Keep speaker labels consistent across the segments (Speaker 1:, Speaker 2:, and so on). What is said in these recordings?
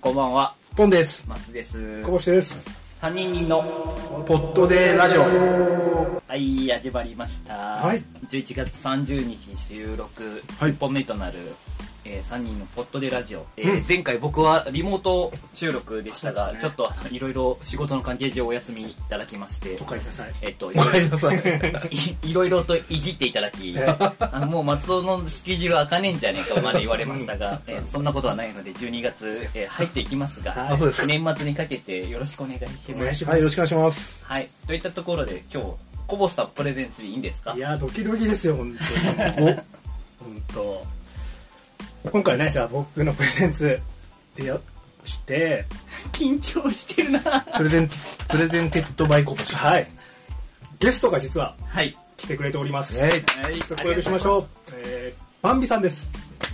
Speaker 1: こんばんは、
Speaker 2: ポンです。
Speaker 1: 松です。
Speaker 3: こぼしてです。
Speaker 1: 三人人の、
Speaker 2: ポットでラジオ。
Speaker 1: はい、始まりました。
Speaker 3: はい
Speaker 1: 11月30日収録、
Speaker 2: はい
Speaker 1: 1本目となる、え3人のポットでラジオ、えー前回僕はリモート収録でしたが、
Speaker 3: そうです
Speaker 1: ちょ
Speaker 3: ね
Speaker 1: っとあのいろいろ仕事の関係上お休みいただきまして
Speaker 3: お、帰りなさい。
Speaker 1: えっと、い
Speaker 2: ご
Speaker 1: ろ
Speaker 2: め
Speaker 1: いろ
Speaker 2: んなさい。
Speaker 1: いい ろいろといじっていただき、あのもう松尾のスケジュール開かねえんじゃねえかまで言われましたが、えーそんなことはないので12月、えー入っていきますが、
Speaker 3: はい
Speaker 2: あ、そうですか。
Speaker 1: 年末にかけてよろしくお願いし
Speaker 3: お願
Speaker 1: ま
Speaker 3: い
Speaker 1: す
Speaker 3: し。
Speaker 2: はい、よろしくお願いします。
Speaker 1: はい、といったところで今日、コボさんプレゼンツでいいんですか
Speaker 3: いやードキドキですよ、本当に。本当。今回ね、じゃあ僕のプレゼンツでよして、
Speaker 1: 緊張してるな
Speaker 2: プレゼント、プレゼンテッドバイコボシ。は
Speaker 3: はい。ゲストが実は
Speaker 1: はい。
Speaker 3: 来てくれております。
Speaker 2: い。
Speaker 1: はい
Speaker 3: 早速お呼びしましょう。えー、バンビさんです。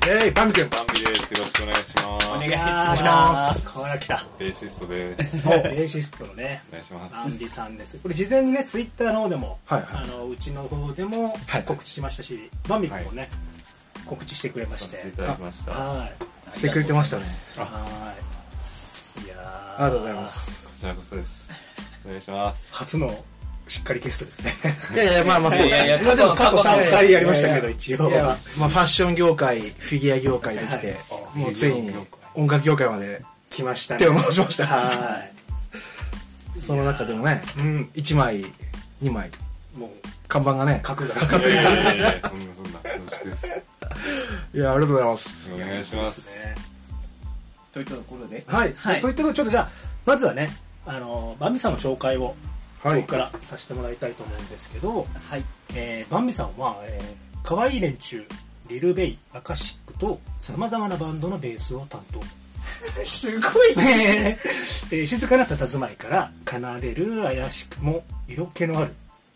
Speaker 2: えい、パン君。
Speaker 4: バンビです。よろしくお願いします。
Speaker 1: お願い
Speaker 3: い
Speaker 1: し
Speaker 3: や
Speaker 1: ま
Speaker 3: ー
Speaker 1: し
Speaker 3: あ
Speaker 1: た。
Speaker 3: ーこれは来た。
Speaker 4: ベーシストです。
Speaker 3: ベーシストのね。
Speaker 4: お願いしま
Speaker 3: バ
Speaker 4: す。
Speaker 3: ンビさんです。これ事前にね、ツイッターの方でも、
Speaker 2: はいはい
Speaker 3: あのうちの方でも
Speaker 2: はい
Speaker 3: 告知しましたし、バンビ君もね、告知してくれま
Speaker 4: さ
Speaker 3: し
Speaker 4: せ
Speaker 3: て。
Speaker 4: ていただきました。こ
Speaker 3: はい。
Speaker 2: してくれてましたね。
Speaker 3: はい。いやー
Speaker 2: ありがとうございま。す。
Speaker 4: ちらこそです。お願いします。
Speaker 3: 初のしっかりゲストですね。
Speaker 2: いやいや、まあまあ、そう
Speaker 1: いやいや
Speaker 2: まあでも過去
Speaker 1: 過去
Speaker 3: 3回やりましたけど、一応。
Speaker 2: いや、まあファッション業界、フィギュア業界できて、
Speaker 3: はい
Speaker 2: もうついに
Speaker 4: フィギュア業
Speaker 2: 音楽業界まで
Speaker 3: 来ましたね。
Speaker 2: 手を回しました。
Speaker 3: は
Speaker 2: その中でもね、
Speaker 3: い。うん。
Speaker 2: 1枚、2枚、
Speaker 3: もう、
Speaker 2: 看板がね。
Speaker 3: 角が。
Speaker 4: いやいやいやいや、そんなそんな。よろしくです。
Speaker 2: いや、ありがとうございます。
Speaker 4: お願いします。
Speaker 3: ね
Speaker 1: といったところで、
Speaker 3: はい。
Speaker 1: はい
Speaker 3: といったことで、ちょっとじゃあ、まずはね、あの、バンビさんの紹介を、
Speaker 2: はい
Speaker 3: 僕からさせてもらいたいと思うんですけど、
Speaker 1: はい。
Speaker 3: えーバンビさんは、えー、可愛い連中、リル・ベイ、アカシックと、様々なバンドのベースを担当。
Speaker 1: すごい
Speaker 3: えー静かな佇まいから奏でる怪しくも色気のある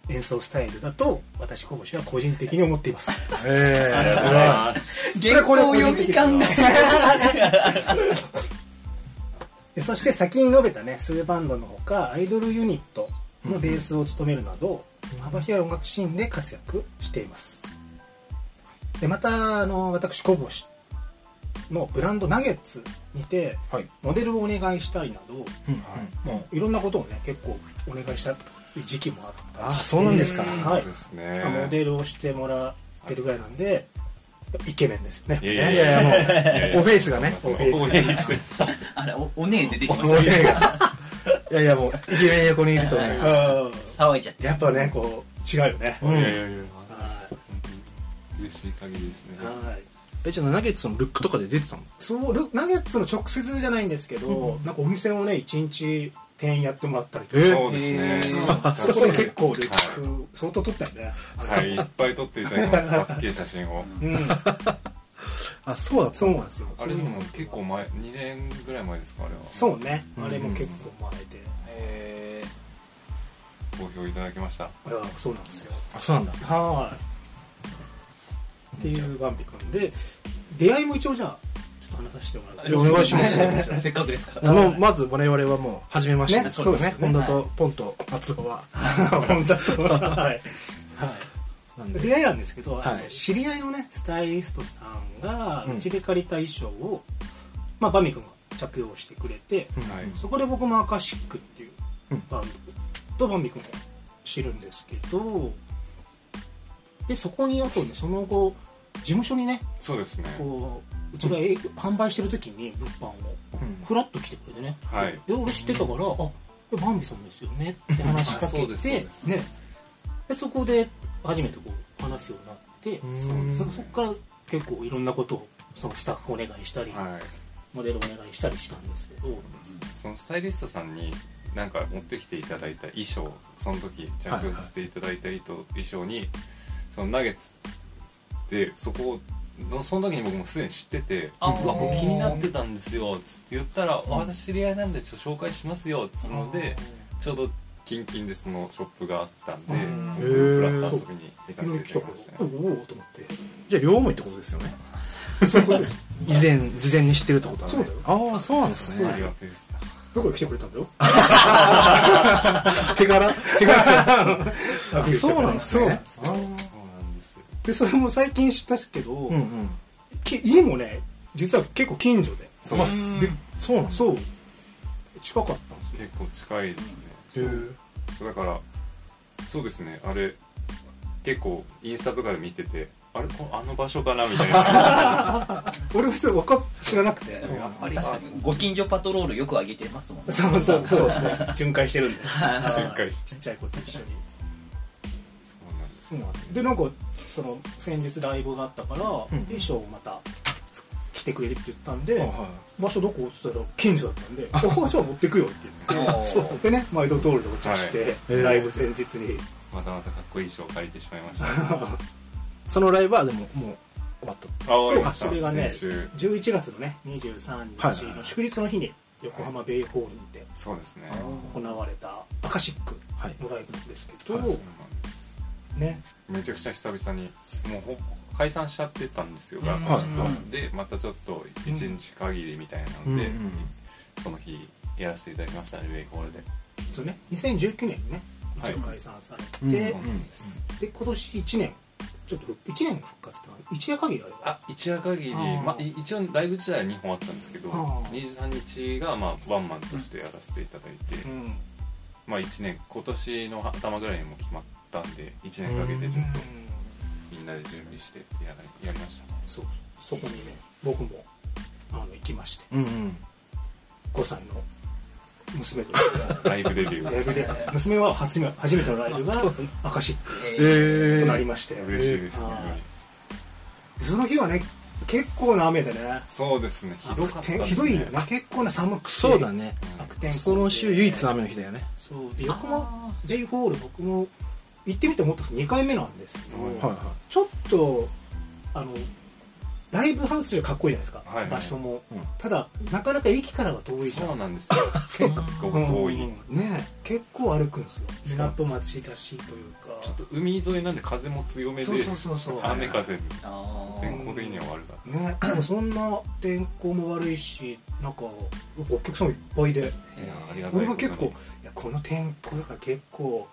Speaker 3: 演奏スタイルだと私こぼしは個人的に思っています
Speaker 2: え
Speaker 4: ありがとうございます。
Speaker 1: 原稿読み感が。
Speaker 3: でそして先に述べたね数バンドのほかアイドルユニットのベースを務めるなど幅広い音楽シーンで活躍していますでまたあの私こぼしのブランドナゲッツにて
Speaker 2: はい。
Speaker 3: モデルをお願いしたりなど
Speaker 2: うんうん
Speaker 3: もういろんなことをね結構お願いした時期もあったりして
Speaker 2: あそうなんですか
Speaker 3: はい
Speaker 4: そうです
Speaker 3: モ
Speaker 4: ね。
Speaker 3: デルをしてもらってるぐらいなんでイケメンですよね
Speaker 4: いやい
Speaker 2: いや
Speaker 4: や
Speaker 2: い
Speaker 4: いや
Speaker 2: や、も
Speaker 4: いや。
Speaker 2: う、おフェイスがね。
Speaker 4: そんなそんなおいいっす
Speaker 1: あれ、おおねえ出てきま
Speaker 2: もう
Speaker 1: し
Speaker 2: いやいやいやいやもうイケメン横にいるとね
Speaker 3: うん
Speaker 1: た。騒いじゃって。
Speaker 3: やっぱねこう違うよね
Speaker 2: うん
Speaker 4: いやいやいや。
Speaker 3: は
Speaker 4: 嬉しい限りですね
Speaker 3: い。はい
Speaker 2: えじゃあナゲッツのルックとかで出てたの
Speaker 3: そうルナゲッツの直接じゃないんですけどなんかお店をね一日店員やってもらったりと
Speaker 2: え
Speaker 3: か
Speaker 4: そうですね。
Speaker 3: そこで結構ルッ
Speaker 4: は
Speaker 3: ク相当撮ったよね
Speaker 4: いはい、いっぱい撮っていただき ます。パッケージ写真を。
Speaker 3: うん
Speaker 2: あそうだ
Speaker 3: そうなんですよ
Speaker 4: あれでも結構前、2年ぐらい前ですか、あれは。う。
Speaker 3: そうね
Speaker 2: うん
Speaker 3: あれも結構前で
Speaker 1: え
Speaker 4: 好評いただきました。
Speaker 3: あれはそうなんですよ
Speaker 2: あそうなんだ
Speaker 3: はいっていうバンビ君で出会いも一応じゃあちょっと話させてもらって
Speaker 2: お願いします
Speaker 1: ー、せっかくですから。
Speaker 2: あのまず我々はもう初めましてで
Speaker 3: ね
Speaker 2: すそうですね
Speaker 3: そうで
Speaker 2: 本
Speaker 3: すね
Speaker 2: 田とポンと松尾は
Speaker 3: 本当はい、は
Speaker 2: なん
Speaker 3: い、
Speaker 2: で
Speaker 3: 出会いなんですけど、あの
Speaker 2: はい
Speaker 3: 知り合いのねスタイリストさんが
Speaker 2: うん
Speaker 3: うちで借りた衣装を、まあ、バミ君が着用してくれて
Speaker 2: うん
Speaker 4: はい
Speaker 3: そこで僕もアカシックっていう
Speaker 2: うん
Speaker 3: バンドとバミ君を知るんですけどでそこにあとねその後事務所にね
Speaker 4: そうですね。
Speaker 3: こううちが営業販売してる時に物販を
Speaker 2: うん
Speaker 3: フラッと来てくれてね、
Speaker 4: はい
Speaker 3: で俺知ってたから「あえバンビさんですよね」って話しかけて
Speaker 4: あそうですそうです
Speaker 3: ね、でそこで初めてこう話すようになって
Speaker 2: うん
Speaker 4: そうです
Speaker 3: そそっから結構いろんなことをそのスタッフお願いしたり、
Speaker 4: はい。
Speaker 3: モデルお願いしたりしたんですけど
Speaker 4: そのスタイリストさんになんか持ってきていただいた衣装その時着用させていただいた衣装にそのナゲッツでそこをその時に僕もすでに知ってて「あ
Speaker 1: うん
Speaker 4: うわこれ気になってたんですよ」つって言ったら「私知り合いなんでちょっと紹介しますよ」つうのでちょうど近々でそのショップがあったんで
Speaker 3: うん
Speaker 4: 僕フラッと遊びに行か
Speaker 3: いろい
Speaker 4: せ
Speaker 3: ろ来たから
Speaker 4: ていただきました
Speaker 3: お
Speaker 4: ね
Speaker 3: うおうと思って
Speaker 2: じゃあ両思いってことですよね
Speaker 3: そういうことです
Speaker 2: 以前事前に知ってるってことはね
Speaker 3: そう
Speaker 2: ああそうなんです
Speaker 4: あり
Speaker 2: ね
Speaker 4: がたいです
Speaker 3: どこに来てくれたんだよ
Speaker 2: 手柄手柄あそうなんです
Speaker 3: そうなん
Speaker 2: ね
Speaker 3: です
Speaker 2: あ
Speaker 4: そうなんですよ
Speaker 3: でそれも最近知ったけど、
Speaker 2: ーうんうん
Speaker 3: き家もね
Speaker 2: 実は結構近所で
Speaker 4: そうで
Speaker 2: ですでそうなんそう近かったんですよ
Speaker 4: 結構近いですね
Speaker 2: へ
Speaker 4: そうだからそうですねあれ結構インスタとかで見ててあれこあの場所かな みたいな
Speaker 2: 俺はそれ分かっ知らなくて
Speaker 1: あれ確かにご近所パトロールよく上げてますもんね
Speaker 2: そうそうそう
Speaker 3: そう巡回してるんで
Speaker 4: 巡回し
Speaker 3: ちっちゃい子と一緒に
Speaker 4: そうなんです、
Speaker 3: そうなんですでなんかその先日ライブがあったか
Speaker 2: ん
Speaker 3: ら、衣装をまた来てくれるって言ったんで、
Speaker 2: は
Speaker 3: 場所どこって言ったら近所だったんで「あじゃあ持ってくよ」って言ってそうでね毎度通るでお茶して、
Speaker 2: はい
Speaker 3: ライブ前日に
Speaker 4: またまたかっこいい衣装借りてしまいました
Speaker 5: いそのライブはでももう終わっ た
Speaker 4: あ終わりました
Speaker 3: そうそれがね
Speaker 4: 先週
Speaker 3: 11月のね23日の祝日の日に横浜ベイホールにて
Speaker 4: そうですね
Speaker 3: 行われたアカシック
Speaker 5: はい
Speaker 3: のライブなんですけ
Speaker 4: そ
Speaker 3: ど
Speaker 4: うなんです
Speaker 3: ね
Speaker 4: めちゃくちゃ久々にもうほ解散しちゃってたんですよ
Speaker 3: うん
Speaker 4: 学習が、
Speaker 1: はい
Speaker 4: でまたちょっと一日限りみたいなので、
Speaker 5: うんうんうん
Speaker 4: その日やらせていただきましたねウェイホールで
Speaker 3: そうね2019年にね
Speaker 4: はい
Speaker 3: 一応解散されて、
Speaker 5: うん
Speaker 3: で
Speaker 4: そうなんです
Speaker 3: 今年1年ちょっと1年復活ってのは一夜限りあれば
Speaker 4: あ一夜限り
Speaker 3: あー
Speaker 4: まあ、い一応ライブ時代は2本あったんですけど
Speaker 3: あー
Speaker 4: 23日が、まあ、ワンマンとしてやらせていただいて、
Speaker 3: うん
Speaker 4: まあ1年今年の頭ぐらいにも決まったんで1年かけてちょっとみんなで準備してやらやりましたね
Speaker 3: そうそこにね僕もあの行きまして
Speaker 5: うんうん
Speaker 3: 5歳の娘と
Speaker 4: ライブデビ ュ
Speaker 3: ライ
Speaker 4: ー
Speaker 3: ブで娘は初め初めてのライブがアカシック
Speaker 1: えー
Speaker 5: え
Speaker 3: となり
Speaker 5: ー
Speaker 3: まして、
Speaker 4: 嬉しいですね、
Speaker 3: はいその日はね結構な雨でね
Speaker 4: そうですねひどかったです、ね、
Speaker 3: ひどいよね結構な寒くて
Speaker 5: そうだね
Speaker 4: うん
Speaker 3: 悪天候で
Speaker 5: その週唯一の雨の日だよね
Speaker 3: そうで横浜デイホール僕も行ってみて思ったんですけど2回目なんですけど、
Speaker 4: はい
Speaker 5: はいは
Speaker 3: ちょっとあのライブハウスよりかっこいいじゃないですか、
Speaker 4: はいはい
Speaker 3: 場所も、
Speaker 5: うん
Speaker 3: ただなかなか駅からは遠いじゃん
Speaker 4: そうなんですよ結構遠い
Speaker 3: うんねえ結構歩くんですよ
Speaker 4: しかも
Speaker 3: 港町らしいというか
Speaker 4: ちょっと海沿いなんで風も強めで
Speaker 3: そうそうそうそう
Speaker 4: 雨風
Speaker 1: あ
Speaker 4: 天候的には悪かっ
Speaker 3: ねでもそんな天候も悪いしなんかお客さんもいっぱいで
Speaker 4: たいやありがたい
Speaker 3: 俺は結構い
Speaker 4: こ
Speaker 3: やこの天候だから結構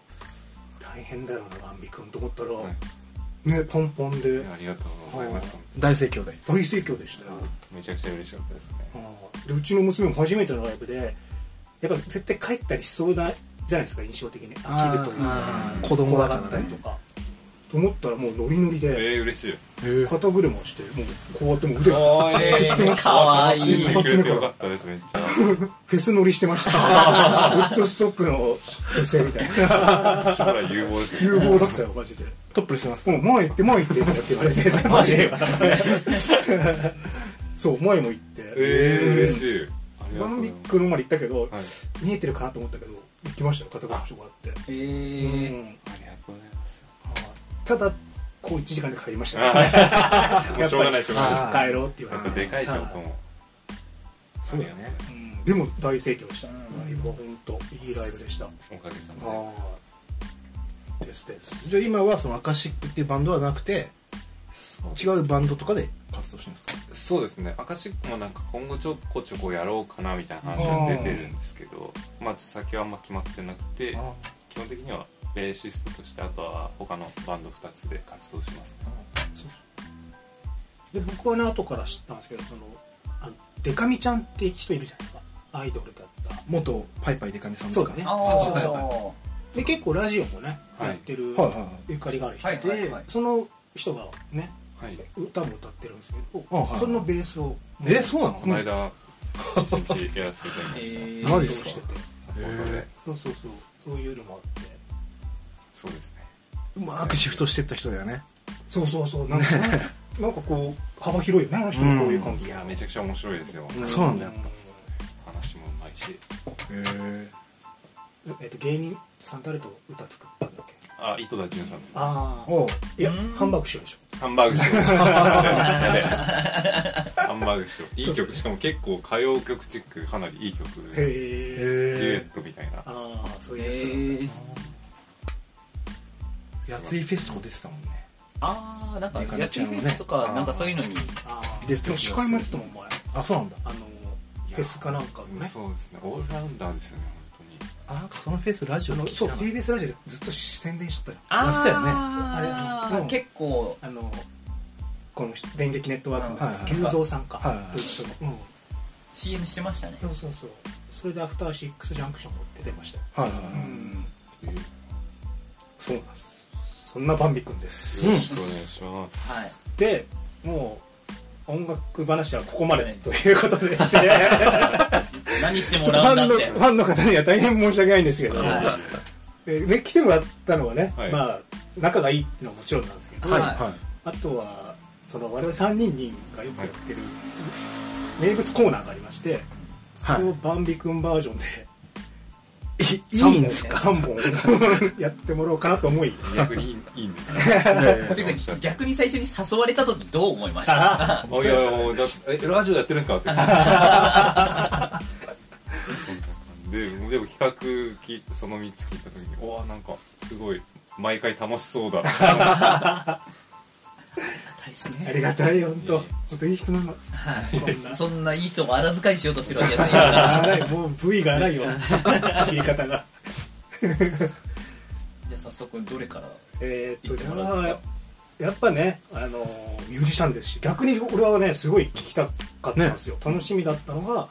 Speaker 3: 大変だよな万美君と思ったら、
Speaker 4: とに
Speaker 3: ねポンポンで
Speaker 4: はいありがとうございます
Speaker 3: は
Speaker 4: 本
Speaker 5: い大盛況で
Speaker 3: 大盛況でしたよ、
Speaker 4: 当にめちゃくちゃ嬉しかったですね
Speaker 3: うんでうちの娘も初めてのライブでやっぱ絶対帰ったりしそうなじゃないですか印象的に飽きると
Speaker 5: あ
Speaker 3: か
Speaker 5: ー子供だ
Speaker 3: 怖
Speaker 5: か
Speaker 3: がった
Speaker 5: ら
Speaker 3: り
Speaker 5: ね
Speaker 3: とかと思ったらもうノリノリ
Speaker 4: え
Speaker 3: で
Speaker 4: ー、嬉しい
Speaker 5: えー
Speaker 3: 肩車してもうこうやってもう腕が
Speaker 4: おー
Speaker 1: かわいい
Speaker 4: 楽しんでくれてよかったですめっちゃ
Speaker 3: フェス乗りしてま したウッドストックのフェスみたいな
Speaker 4: 将来有望です
Speaker 3: 有
Speaker 4: ね
Speaker 3: 望だったよマジで
Speaker 5: トップレしてます
Speaker 3: もう前行って前行ってとかって言われてマジでそう前も行って
Speaker 4: えー、嬉しいありが
Speaker 3: ワ
Speaker 4: と
Speaker 3: ン
Speaker 4: うござ
Speaker 3: ビ
Speaker 4: い
Speaker 3: ックのまで行ったけど、
Speaker 4: ます
Speaker 3: 見えてるかなと思ったけど行きましたよ肩車所があって
Speaker 1: え
Speaker 3: う
Speaker 1: ー
Speaker 3: ん
Speaker 4: はいありがとうございます
Speaker 3: ただこう1時間で帰りましたね、
Speaker 4: あーもうしょうがないしょうがない
Speaker 5: あ
Speaker 3: 帰ろうって言
Speaker 4: や
Speaker 3: わ
Speaker 4: っ
Speaker 3: れ
Speaker 4: ぱ
Speaker 3: て
Speaker 4: でかいし音も
Speaker 5: そうだよね
Speaker 3: うんでも大盛況でした、
Speaker 1: う
Speaker 3: ラ
Speaker 1: ん
Speaker 3: イブは本当いいライブでした
Speaker 4: おかげさまで
Speaker 3: はいですです
Speaker 5: じゃあ今はそのアカシックっていうバンドはなくて違うバンドとかで活動してるんですか
Speaker 4: そうですねアカシックもなんか今後ちょこちょこやろうかなみたいな話が出てるんですけどまあ先はあんま決まってなくて基本的にはベーシストとしてあとは他のバンド2つで活動しますね
Speaker 3: で僕はね後から知ったんですけどそのあのデカミちゃんって人いるじゃないですかアイドルだった
Speaker 5: 元パイパイデカミさんです
Speaker 3: そう
Speaker 5: か
Speaker 3: だね
Speaker 1: あ
Speaker 3: そうそう
Speaker 1: ー
Speaker 3: そうで結構ラジオもね、
Speaker 4: はい
Speaker 3: やってる
Speaker 5: はいはいはい
Speaker 3: ゆかりがある人
Speaker 1: は
Speaker 3: で、
Speaker 1: いはいはい
Speaker 3: その人がね
Speaker 4: はい
Speaker 3: 歌も歌ってるんですけど、
Speaker 5: あはい
Speaker 3: そのベースを
Speaker 5: えそうなの
Speaker 4: この間1日やらせていただきました、
Speaker 1: えー
Speaker 5: マジっすか
Speaker 3: してて
Speaker 4: サポートで
Speaker 5: へ
Speaker 3: そうそうそうそういうのもあって
Speaker 4: そうですね
Speaker 5: うまくシフトしてった人だよね
Speaker 3: そうそうそうなんかねなんかこう幅広いよねあの人
Speaker 5: うん
Speaker 3: こういう関
Speaker 4: い
Speaker 3: 係
Speaker 4: やめちゃくちゃ面白いですよ、
Speaker 5: んそうなんだやっ
Speaker 4: 話もうまいし
Speaker 5: へえ
Speaker 3: うんえっと芸人さん誰と歌作ったんだっけ
Speaker 4: あ井戸田潤さん
Speaker 3: ああ
Speaker 5: おう
Speaker 3: いや
Speaker 1: うん
Speaker 3: ハンバーグしようでしょ
Speaker 4: ハンバーグ師匠 やべえハンバーグ師匠いい曲しかも結構歌謡曲チックかなりいい曲で
Speaker 3: へえ
Speaker 4: デュエッ
Speaker 5: へ
Speaker 4: トみたいな
Speaker 3: ああそう
Speaker 1: え
Speaker 3: いうや
Speaker 1: ー
Speaker 5: えやついフェスとか出てたもんね
Speaker 1: あーなんか
Speaker 5: デカ
Speaker 1: 野
Speaker 5: ミちゃ
Speaker 1: 球フ
Speaker 5: んもね
Speaker 1: ェスとかなんかそういうのに
Speaker 3: つああ
Speaker 5: 出てた
Speaker 3: でも司会もやってたもんお前
Speaker 5: あそうなんだ
Speaker 3: あのフェスかなんかのね
Speaker 4: そうですねオールラウンダーですよね本
Speaker 5: あそのフェスラジ
Speaker 3: あ
Speaker 5: オの
Speaker 3: のそう
Speaker 5: 聞い
Speaker 3: TBS ラジオでずっと宣伝しとったよ
Speaker 5: あー
Speaker 1: あれ
Speaker 3: うん
Speaker 1: 結構
Speaker 3: あのこの電撃ネットワーク
Speaker 5: はい
Speaker 3: の
Speaker 5: はいはい
Speaker 3: 牛蔵さんか
Speaker 5: はいはい
Speaker 3: と一緒の、うん
Speaker 1: CM してましたね
Speaker 3: そうそうそうそれでアフターシックスジャンクションも出てましたよ
Speaker 5: はいは
Speaker 3: う
Speaker 5: い
Speaker 3: んそうなんですそんなバンビ君です
Speaker 4: よろしくお願いします
Speaker 1: はい
Speaker 3: でもう音楽話はここまでということでして
Speaker 1: 何して
Speaker 3: フ
Speaker 1: もら
Speaker 3: ァ
Speaker 1: うんだ
Speaker 3: ン
Speaker 1: っ
Speaker 3: のフ
Speaker 1: て
Speaker 3: ァンの方には大変申し訳ないんですけど、
Speaker 1: は
Speaker 3: えね、来てもらったのはね、
Speaker 4: はい
Speaker 3: まあ仲がいいっていうのはもちろんなんですけど、
Speaker 1: はい
Speaker 5: は
Speaker 3: あとはその我々3人にがよくやってる名物コーナーがありましてそれをバンビ君バージョンで
Speaker 5: いいいんですか
Speaker 3: 3本 やってもらおうかなと思い
Speaker 4: 逆にいいんですか
Speaker 1: ていうか逆に最初に誘われた時どう思いました
Speaker 4: あいやいやだえラジオやってるんですかってそんな感じででも企画聞いその3つ聞いた時におーなんかすごい毎回楽しそうだ
Speaker 1: です
Speaker 3: あ
Speaker 1: ね
Speaker 3: りがたい本当本当いい人なのこんな
Speaker 1: そんないい人もあだ遣いしようとしてるわけじゃないから
Speaker 3: 荒いもう V が荒いよ切り方が
Speaker 1: じゃあ早速どれから
Speaker 3: えーっ
Speaker 1: 行
Speaker 3: と
Speaker 1: って
Speaker 3: じ
Speaker 1: もらうんで
Speaker 3: ゃ
Speaker 1: す
Speaker 3: あやっぱねあのーミュージシャンですし逆に俺はねすごい聞きたかったんですよ、楽しみだったのが、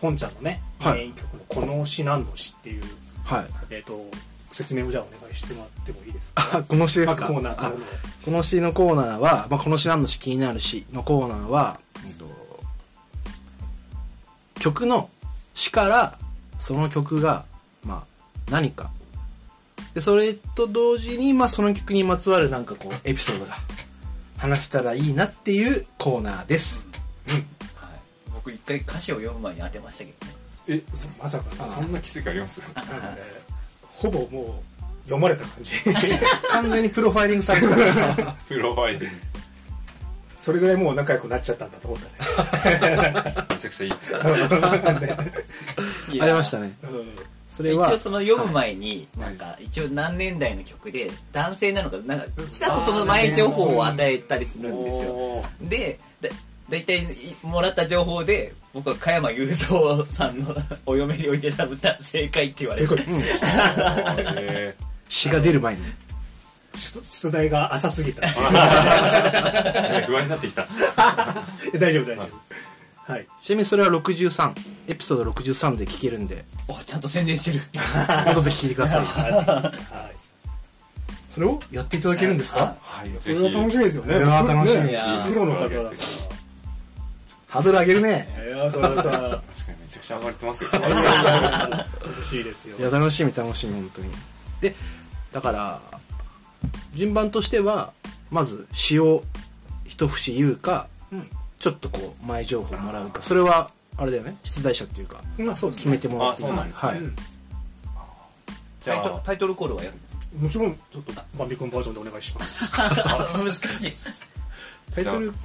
Speaker 3: ポンちゃんのね
Speaker 5: はい
Speaker 3: メイン曲の「この詩なんの詩」っていう、
Speaker 5: いはい
Speaker 3: えーっと説明をじゃあお願いしてもらってもいいですか
Speaker 5: あこの詩です
Speaker 3: 各
Speaker 5: か
Speaker 3: コーナーから
Speaker 5: あ
Speaker 3: の
Speaker 5: この詩のコーナーは、まあ、この詩なんの詩気になる詩のコーナーは、うんと曲の詩からその曲が、まあ、何かでそれと同時に、まあ、その曲にまつわるなんかこうエピソードが話せたらいいなっていうコーナーです
Speaker 1: はい僕一回歌詞を読む前に当てましたけどね
Speaker 4: え
Speaker 3: そうまさかな
Speaker 4: そんな奇跡あります
Speaker 3: なんかねほぼもう読まれた感じ
Speaker 5: 完全にプロファイリングされてたから
Speaker 4: プロファイル
Speaker 3: それぐらいもう仲良くなっちゃったんだと思ったね
Speaker 4: めちゃくちゃいい
Speaker 1: いや
Speaker 5: ありましたね
Speaker 3: うん
Speaker 5: それは
Speaker 1: 一応その読む前に、
Speaker 4: はい
Speaker 1: なんか一応何年代の曲で男性なのかなんかちらっとその前情報を与えたりするんですよ
Speaker 4: おー
Speaker 1: でだ大体いもらった情報で僕は加山雄三さんのお嫁に置いてた歌正解って言われ
Speaker 3: 正
Speaker 1: て
Speaker 3: 解
Speaker 4: あれ
Speaker 5: 詩が出る前に
Speaker 3: 出出題が浅すぎ た
Speaker 4: 不安になってきた
Speaker 3: え大丈夫大丈夫はい
Speaker 5: ちなみにそれは63エピソード63で聴け るんで
Speaker 1: おちゃんと宣伝してる
Speaker 5: 後で聴いてください
Speaker 3: はい
Speaker 5: それをやっていただけるんですか
Speaker 4: はい
Speaker 3: そ
Speaker 4: ぜ
Speaker 3: れ
Speaker 4: ひ
Speaker 3: は楽しみですよね
Speaker 5: いやー楽しみ
Speaker 3: ね
Speaker 1: いやー
Speaker 3: プロの方だから
Speaker 5: ハードル上げるね
Speaker 3: いやーそれはさ
Speaker 4: 確かにめちゃくちゃ上がれてますよ
Speaker 3: 楽しいですよ
Speaker 5: いや楽しみ楽しみ本当にでだから順番としてはまず詩を一節言うか
Speaker 3: うん
Speaker 5: ちょっとこう前情報もらうかそれはあれだよね出題者っていうか
Speaker 3: まあそうです
Speaker 5: 決め
Speaker 3: ね
Speaker 5: てもらっていい
Speaker 4: あそうなんですね
Speaker 5: はい、
Speaker 4: じ
Speaker 1: タイ
Speaker 4: ゃ
Speaker 1: トル
Speaker 4: あ
Speaker 1: タイトルコールはやるんです
Speaker 3: もちろんちょっとバンビ君バージョンでお願いします
Speaker 1: 難しい
Speaker 5: タイトル
Speaker 4: はい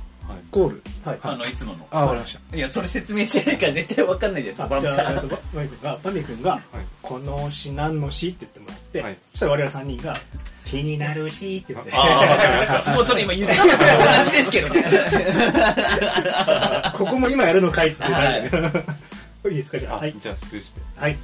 Speaker 5: コール
Speaker 3: はい
Speaker 1: あのいつもの
Speaker 5: あわかりました
Speaker 1: いやそれ説明してないから絶対わかんないじゃん
Speaker 3: あ
Speaker 1: バン
Speaker 3: じ
Speaker 1: ビ
Speaker 3: ゃ
Speaker 1: さ
Speaker 3: あえっと
Speaker 1: ん
Speaker 3: ババンビ君がバンビ君がこの詩何の詩って言ってもらって、
Speaker 4: はい
Speaker 3: そしたら我々三人が「気になる詩」って言って
Speaker 4: ああわかりました
Speaker 1: もうそれ今言ったのと同じですけど ね
Speaker 3: ここも今やるのかいってなるんだけど いいですかじゃあは
Speaker 4: あ
Speaker 3: い
Speaker 4: じゃあ失礼して
Speaker 3: はい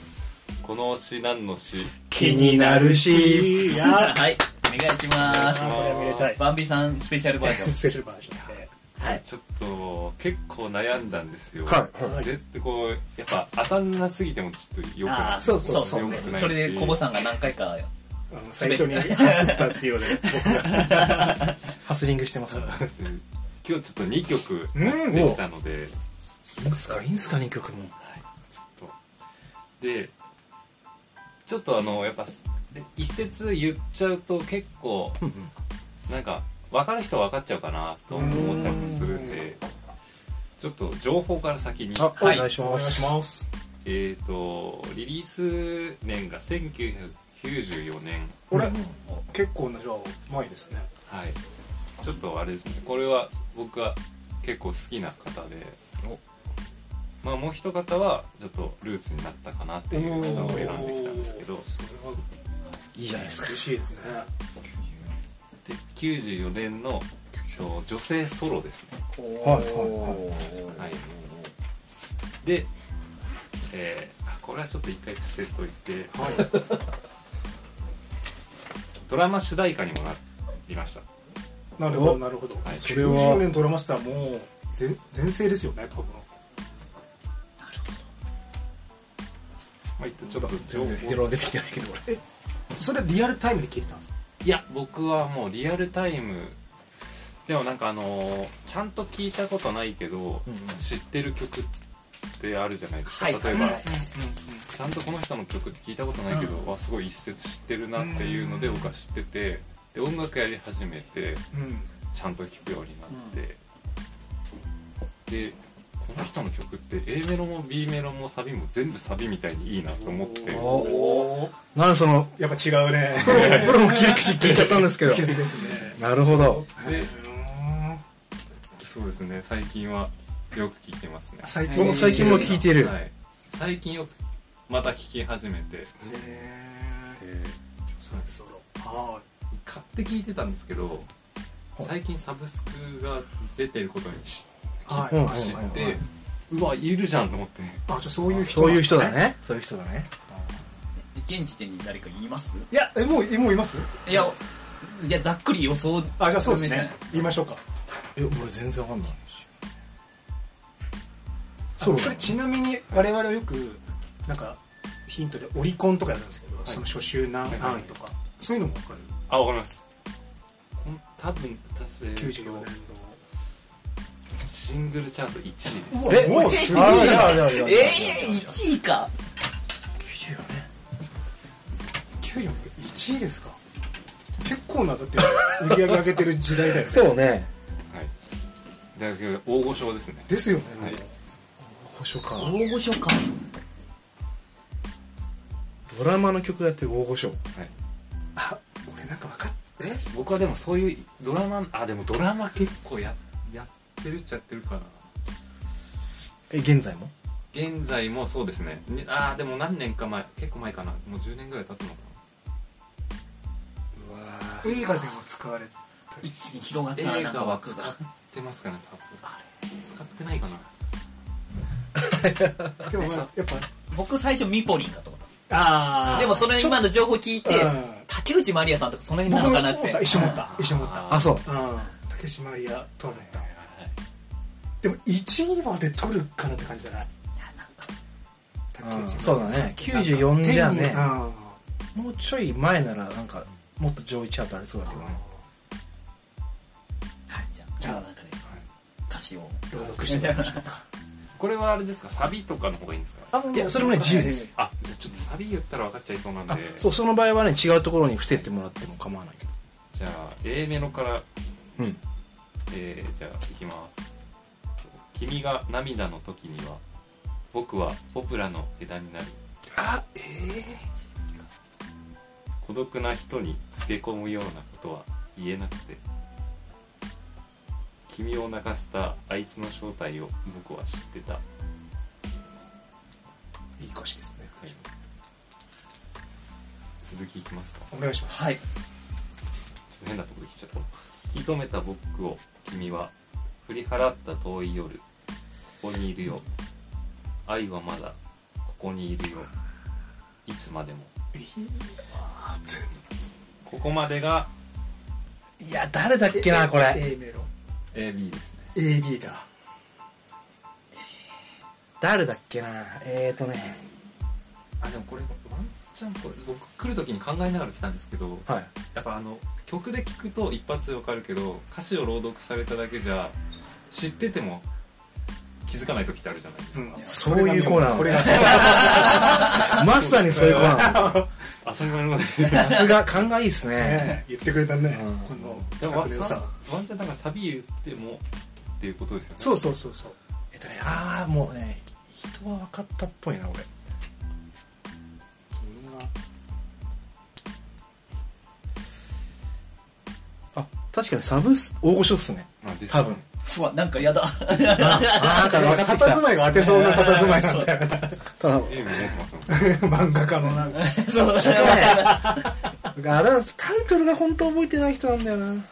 Speaker 4: この詩何の詩
Speaker 5: 気になるし
Speaker 3: いや
Speaker 1: はいお願いしま
Speaker 3: ー
Speaker 1: す
Speaker 3: これはめでたい
Speaker 1: バンビさんスペシャルバージョン
Speaker 3: スペシャルバージョンで
Speaker 1: はい
Speaker 4: ちょっと結構悩んだんですよ
Speaker 5: はいはい
Speaker 3: はい
Speaker 4: 絶対こうやっぱ当たんなすぎてもちょっとよく
Speaker 3: あ
Speaker 4: な
Speaker 3: あ
Speaker 4: い
Speaker 3: そうそう
Speaker 1: そ
Speaker 3: そうう
Speaker 4: 良くないし
Speaker 1: それでコボさんが何回か
Speaker 3: あの最初に走ったっていうね僕が
Speaker 5: ハスリングしてます
Speaker 4: うん今日ちょっと2曲
Speaker 3: うん
Speaker 4: できたので
Speaker 5: いいんすかいいんすか2曲も
Speaker 4: ちょっとでちょっとあのやっぱで一節言っちゃうと結構
Speaker 5: うんうん
Speaker 4: なんか分かる人は分かっちゃうかなと思ったりもするんでちょっと情報から先に
Speaker 5: あお
Speaker 1: はい
Speaker 5: 願いし
Speaker 3: お
Speaker 5: ま
Speaker 3: 願いし
Speaker 5: す
Speaker 3: ます
Speaker 4: えっ、とリリース年が1994年
Speaker 3: 俺、結構なじゃあ前ですね
Speaker 4: はいちょっとあれですねこれは僕は結構好きな方でまあもう一方はちょっとルーツになったかなっていう方を選んできたんですけど
Speaker 3: それはい
Speaker 5: いじゃないですか
Speaker 3: 嬉しいですね
Speaker 4: で94年のと女性ソロですね
Speaker 5: はいはい
Speaker 4: はいで、えーあこれはちょっと一回伏せといて、ドラマ主題歌にもなりました
Speaker 3: なるほどなるほど、
Speaker 4: はい
Speaker 5: それは
Speaker 3: 90年ドラマスターもう全全盛ですよね多分
Speaker 4: まあ、一旦ちょっと情
Speaker 5: デ
Speaker 4: 報
Speaker 5: ロ出てきてないけど俺
Speaker 3: それリアルタイムで聞いてたんですか
Speaker 4: いや僕はもうリアルタイムでもなんかあのーちゃんと聞いたことないけど、
Speaker 5: うんうん
Speaker 4: 知ってる曲ってあるじゃないですか、
Speaker 1: はい
Speaker 4: 例え
Speaker 1: うん
Speaker 4: ば、
Speaker 1: うんうん
Speaker 4: ちゃんとこの人の曲って聞いたことないけど、
Speaker 3: うん
Speaker 4: わすごい一節知ってるなっていうので
Speaker 3: うん
Speaker 4: 僕は知っててで音楽やり始めて
Speaker 3: うん
Speaker 4: ちゃんと聴くようになって、でこの人の曲って A メロも B メロもサビも全部サビみたいにいいなと思って
Speaker 5: おなんで その
Speaker 3: やっぱ違うね
Speaker 5: プロプロも切り口聞いちゃったんですけど
Speaker 3: 気づきですね
Speaker 5: なるほど
Speaker 4: で
Speaker 3: うん
Speaker 4: そうですね最近はよく聴いてますね
Speaker 3: 最
Speaker 5: 僕も最近も聞いてる、
Speaker 4: はい、最近よくまた聴き始めて
Speaker 3: へー
Speaker 5: え
Speaker 3: は
Speaker 4: 買って聴いてたんですけど
Speaker 3: ほう
Speaker 4: 最近サブスクが出てることに知って
Speaker 3: いはい
Speaker 5: うん
Speaker 3: はい
Speaker 4: 知
Speaker 3: はい
Speaker 4: って、うわいるじゃんと思って
Speaker 3: あじゃあそういう
Speaker 5: ー
Speaker 3: 人
Speaker 5: そういう人だねそういう人だね
Speaker 1: 現時点に誰か言います
Speaker 3: いやえもうえもういます
Speaker 1: いやいやざっくり予想
Speaker 3: あじゃあそうですね言いましょうか
Speaker 5: え俺全然わかんない
Speaker 3: そ
Speaker 5: そうう
Speaker 3: それちなみに我々はよくなんかヒントでオリコンとかやるんですけど、その初週何単位とか、そういうのも分かる
Speaker 4: あわかりますこん多分達成
Speaker 3: 94年
Speaker 4: シングルチャート1位です
Speaker 3: の
Speaker 5: え
Speaker 3: もうすごい
Speaker 5: あーじゃあじゃあじゃあじゃあ
Speaker 1: ええー、1位か
Speaker 5: 94
Speaker 3: 94 1位ですか結構なだって売り上げ上げてる時代だよ
Speaker 5: 年
Speaker 3: ね
Speaker 5: そうね
Speaker 4: はいだけど大御所ですね
Speaker 3: ですよね、
Speaker 4: はい
Speaker 5: 保証か
Speaker 1: 大御所か
Speaker 5: ドラマの曲やってる大御所
Speaker 4: はい
Speaker 3: あ俺なんか分かっえ
Speaker 4: 僕はでもそういうドラマあでもドラマ結構ややってるっちゃやってるかな
Speaker 5: え現在も
Speaker 4: 現在もそうですねにああでも何年か前結構前かなもう10年ぐらい経つのか
Speaker 5: うわ
Speaker 3: 映画でも使われ
Speaker 1: 一気に広がった
Speaker 4: な
Speaker 1: な
Speaker 4: 映
Speaker 1: なん
Speaker 4: 画
Speaker 1: か
Speaker 4: は
Speaker 1: 枠
Speaker 4: 使
Speaker 1: が
Speaker 4: ってますかね多分使ってないかな
Speaker 3: でもまあやっぱ
Speaker 1: 僕最初ミポリンかと思っ
Speaker 3: あ
Speaker 1: たでもそれ今の情報聞いて
Speaker 3: うん
Speaker 1: 竹内まりやさんとかその辺
Speaker 3: 僕
Speaker 1: な
Speaker 3: も
Speaker 1: の
Speaker 3: 思
Speaker 1: かなっ
Speaker 3: ってた一緒思った一緒思っ
Speaker 4: あ
Speaker 3: た
Speaker 4: ー
Speaker 5: あそう
Speaker 3: うん竹島リアと思った
Speaker 4: はい
Speaker 3: でも1位まで取るかなって感じじゃない竹内まりやさん
Speaker 5: そうだね94じゃね
Speaker 3: うん
Speaker 5: もうちょい前ならなんかもっと上位チャートありそうだけどね
Speaker 1: はいじゃあ今日はなんかね歌詞 を
Speaker 3: 朗読してもらいましょうか
Speaker 4: これはあれですかサビとかの方がいいんですか
Speaker 3: あもう
Speaker 5: いやそれもね自由です
Speaker 4: あじゃあちょっとサビ言ったら分かっちゃいそうなんで
Speaker 5: あそうその場合はね違うところに伏せてもらっても構わない
Speaker 4: じゃあ A メロから、
Speaker 5: うん
Speaker 4: えー、じゃあいきます「君が涙の時には僕はポプラの枝になる」
Speaker 3: あええ
Speaker 4: 「孤独な人につけ込むようなことは言えなくて」「君を泣かせたあいつの正体を僕は知ってた」はい
Speaker 3: い歌詞ですね
Speaker 4: い続きいきますか
Speaker 3: お願いします
Speaker 1: はい
Speaker 4: ちょっと変なところで来ちゃった引き止めた僕を君は振り払った遠い夜ここにいるよ愛はまだここにいるよいつまでもここまでが
Speaker 5: いや誰だっけなこれ
Speaker 3: A メロ
Speaker 4: AB ですね
Speaker 3: AB だ
Speaker 5: 誰だっけなえーとね
Speaker 4: あでもこれワンチャンこれ僕来る時に考えながら来たんですけど
Speaker 5: はい
Speaker 4: やっぱあの曲で聞くと一発でわかるけど歌詞を朗読されただけじゃ知ってても気づかない時ってあるじゃないですか、
Speaker 3: うん
Speaker 5: そういうコーナー
Speaker 3: これ
Speaker 5: な
Speaker 3: が
Speaker 5: のまさに そういうコーナーなの
Speaker 4: 当たり前ので
Speaker 5: さすが勘がいいですね
Speaker 3: ね 言ってくれたね
Speaker 5: うん
Speaker 3: この
Speaker 4: でもワン
Speaker 3: 企
Speaker 4: チ
Speaker 3: 画の良さ
Speaker 4: ャンだからサビ言ってもっていうことですよね
Speaker 3: そうそうそうそう
Speaker 5: えっとねああもうね人は分かったっぽいな俺
Speaker 3: 君が
Speaker 5: あ確かにサブス大御所っすね
Speaker 4: まあです
Speaker 5: 多分
Speaker 1: ふわなんかやだ
Speaker 5: ああなんか分かってき
Speaker 3: まいが当てそうな佇まいなんだよね
Speaker 5: たただ
Speaker 4: A も持ってますもん
Speaker 3: 漫画家のなん か
Speaker 1: そうわ
Speaker 5: 僕 あだ名タイトルが本当覚えてない人なんだよな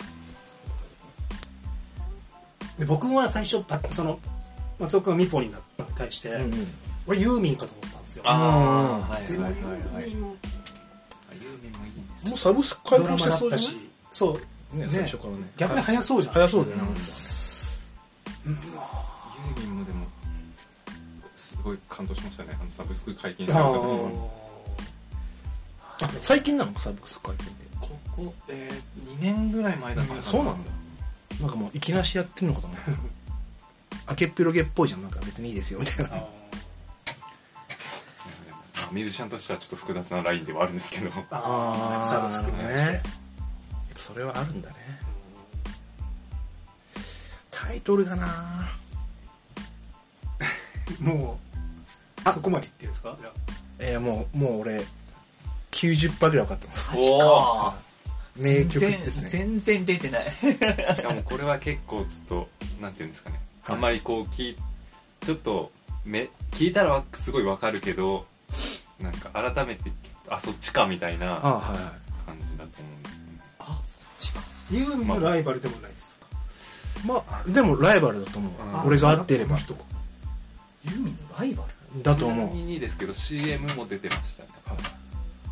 Speaker 3: で僕は最初パッとその松尾君はミポリンだったのに対して、
Speaker 5: うんうん
Speaker 3: 俺ユーミンかと思ったんですよ
Speaker 5: あー
Speaker 4: はい
Speaker 3: でもユーミンも
Speaker 4: ユーミンもいいです
Speaker 5: もうサブス
Speaker 3: ド
Speaker 5: ク開
Speaker 3: ラ
Speaker 5: 放
Speaker 3: マ
Speaker 5: し
Speaker 3: だ
Speaker 5: た
Speaker 3: っ
Speaker 5: そう
Speaker 3: た
Speaker 5: じゃ
Speaker 3: しそう
Speaker 5: ね
Speaker 3: ね
Speaker 5: 最初からね
Speaker 3: 逆に早そうじゃん
Speaker 5: 早そうだよね、なんか
Speaker 4: ユーミンもでもすごい感動しましたねあのサブスク解禁
Speaker 3: あ
Speaker 4: された時
Speaker 3: ー
Speaker 4: に
Speaker 5: あ最近なのサブスク解禁で
Speaker 4: ここ、えー、2年ぐらい前だったかな
Speaker 5: そうなんだなんかもういきなしやってるのかと思った明けっぴろげっぽいじゃんなんか別にいいですよみたいな
Speaker 3: あ
Speaker 4: まあミュージシャンとしてはちょっと複雑なラインではあるんですけど
Speaker 3: ーあーサブスク
Speaker 5: ね
Speaker 3: ね
Speaker 5: やっぱそれはあるんだねタイトルがな
Speaker 3: もう
Speaker 5: あ
Speaker 3: そこまでいってるんですかじゃ
Speaker 5: えー、もうもう俺90%ぐらい分かってます
Speaker 1: おお
Speaker 5: 名曲ですね
Speaker 1: 全然出てない
Speaker 4: しかもこれは結構ちょっとなんていうんですかね、
Speaker 5: はい
Speaker 4: あんまりこう聞いちょっとめ聞いたらわすごいわかるけどなんか改めてあそっちかみたい
Speaker 5: あ
Speaker 4: な
Speaker 5: あはいはい
Speaker 4: 感じだと思うんですよね
Speaker 3: あユーミンのライバルでもないですか
Speaker 5: まあでもライバルだと思う、
Speaker 4: うん
Speaker 5: 俺が合っていれば
Speaker 3: あそうなんだ
Speaker 1: ユーミンのライバル
Speaker 5: だと思う、
Speaker 4: ちなみにですけど CM も出てましたね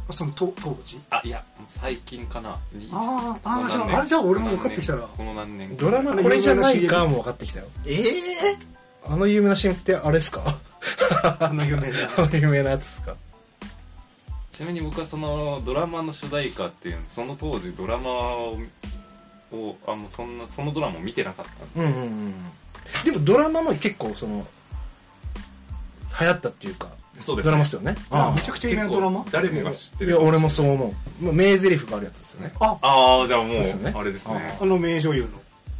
Speaker 3: その当当時
Speaker 4: あいやもう最近かなに
Speaker 3: あー
Speaker 4: この
Speaker 3: あーじゃあ
Speaker 4: 何年
Speaker 3: あれじゃあ俺も分かってきたら
Speaker 4: この何年
Speaker 5: ドラマこれじゃないかも分かってきたよ
Speaker 1: ええ
Speaker 5: あの有名な CM ってあれです か
Speaker 3: あの有名な
Speaker 5: あの有名なやつですか
Speaker 4: ちなみに僕はそのドラマの主題歌っていうのその当時ドラマををあもうそんなそのドラマを見てなかったんで
Speaker 5: うんうんうんでもドラマも結構その流行ったっていうか
Speaker 4: そうですね
Speaker 5: ドラマっすよね
Speaker 3: あ
Speaker 5: あ
Speaker 3: めちゃくちゃ有名なドラマ
Speaker 4: 結構誰もが知って
Speaker 5: い
Speaker 4: る
Speaker 5: や俺もそう思うもう名台詞があるやつですよね
Speaker 3: あ
Speaker 4: ああじゃあもう
Speaker 5: そうですよね
Speaker 4: あれですね
Speaker 3: あの名女優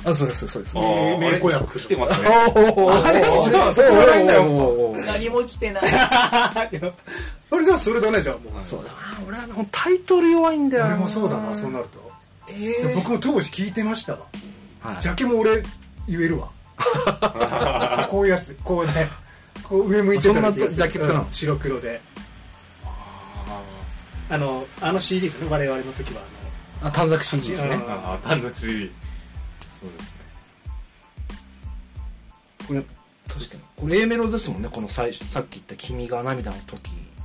Speaker 3: の
Speaker 5: あそうですそうです
Speaker 4: あー
Speaker 5: お
Speaker 3: 名名子役
Speaker 4: あれ来てますね
Speaker 5: お
Speaker 3: あれ
Speaker 5: お
Speaker 3: じゃあ
Speaker 5: そう
Speaker 3: そう
Speaker 5: ないんだよ
Speaker 3: おー
Speaker 5: おーおー
Speaker 1: 何も来てない
Speaker 3: あいやあれじゃあそれだねじゃあもう
Speaker 4: はい
Speaker 5: そうだな俺はもうタイトル弱いんだよな
Speaker 3: 俺もそうだなそうなると
Speaker 1: え
Speaker 3: 僕も当時聞いてましたわ
Speaker 5: はい
Speaker 3: ジャケも俺言えるわこういうやつこうねこう上向いてたらいいやつ
Speaker 5: そんなジャケットなの
Speaker 3: うん白黒であのあの CD ですね我々の時は
Speaker 5: あ短冊 CD ですね
Speaker 4: ああ単独 CD そうですね
Speaker 5: これ確かにこれ A メロですもんねこの最初さっき言った「君が涙」の時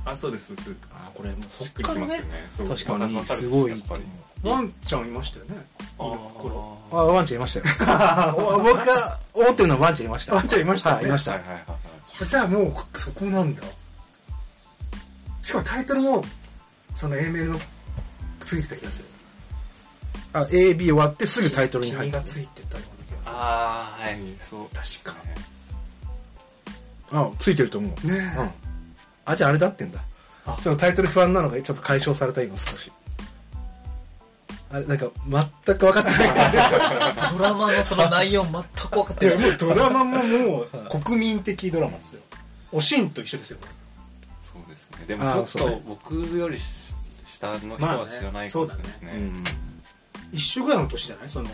Speaker 4: あそうですそうです
Speaker 5: あこれもうそ
Speaker 4: し
Speaker 5: っ
Speaker 4: っくり
Speaker 5: か
Speaker 4: き
Speaker 5: ら
Speaker 4: ます
Speaker 5: ね
Speaker 4: よねそう
Speaker 5: 確か
Speaker 4: わ
Speaker 5: に
Speaker 4: るし
Speaker 5: すご
Speaker 4: やっ
Speaker 5: い
Speaker 4: ぱり
Speaker 3: あのワンちゃんいましたよね
Speaker 4: あ
Speaker 3: いる頃
Speaker 4: ー
Speaker 5: あワンちゃんいました よお僕が思ってるのはワンちゃんいました
Speaker 3: ワンちゃんいましたね
Speaker 5: はいいまし
Speaker 4: は
Speaker 5: た
Speaker 4: いはいはいはい
Speaker 3: じゃあもうそこなんだしかもタイトルもその A メールのついてた気がする
Speaker 5: あ AB 終わってすぐタイトルに
Speaker 3: 君
Speaker 5: 入った
Speaker 3: がついてたような気が
Speaker 4: ああはいそう
Speaker 3: 確か
Speaker 4: ね
Speaker 5: あついてると思う
Speaker 3: する
Speaker 5: う
Speaker 3: ねえ
Speaker 5: んあじゃああれだってんだちょっとタイトル不安なのがちょっと解消された今少しあれなんか全く分かってない
Speaker 1: ドラマのその内容全く分かっ
Speaker 3: い
Speaker 1: て
Speaker 3: や
Speaker 1: ない
Speaker 3: もう ドラマももう国民的ドラマですよおしんと一緒ですよ
Speaker 4: そうですねで
Speaker 5: あ
Speaker 4: も
Speaker 5: ー
Speaker 4: ちょっ
Speaker 5: そうね
Speaker 4: と僕よりし下の人は知らないかもしれないですね,、
Speaker 5: うん
Speaker 3: 一緒ぐらいの年じゃないその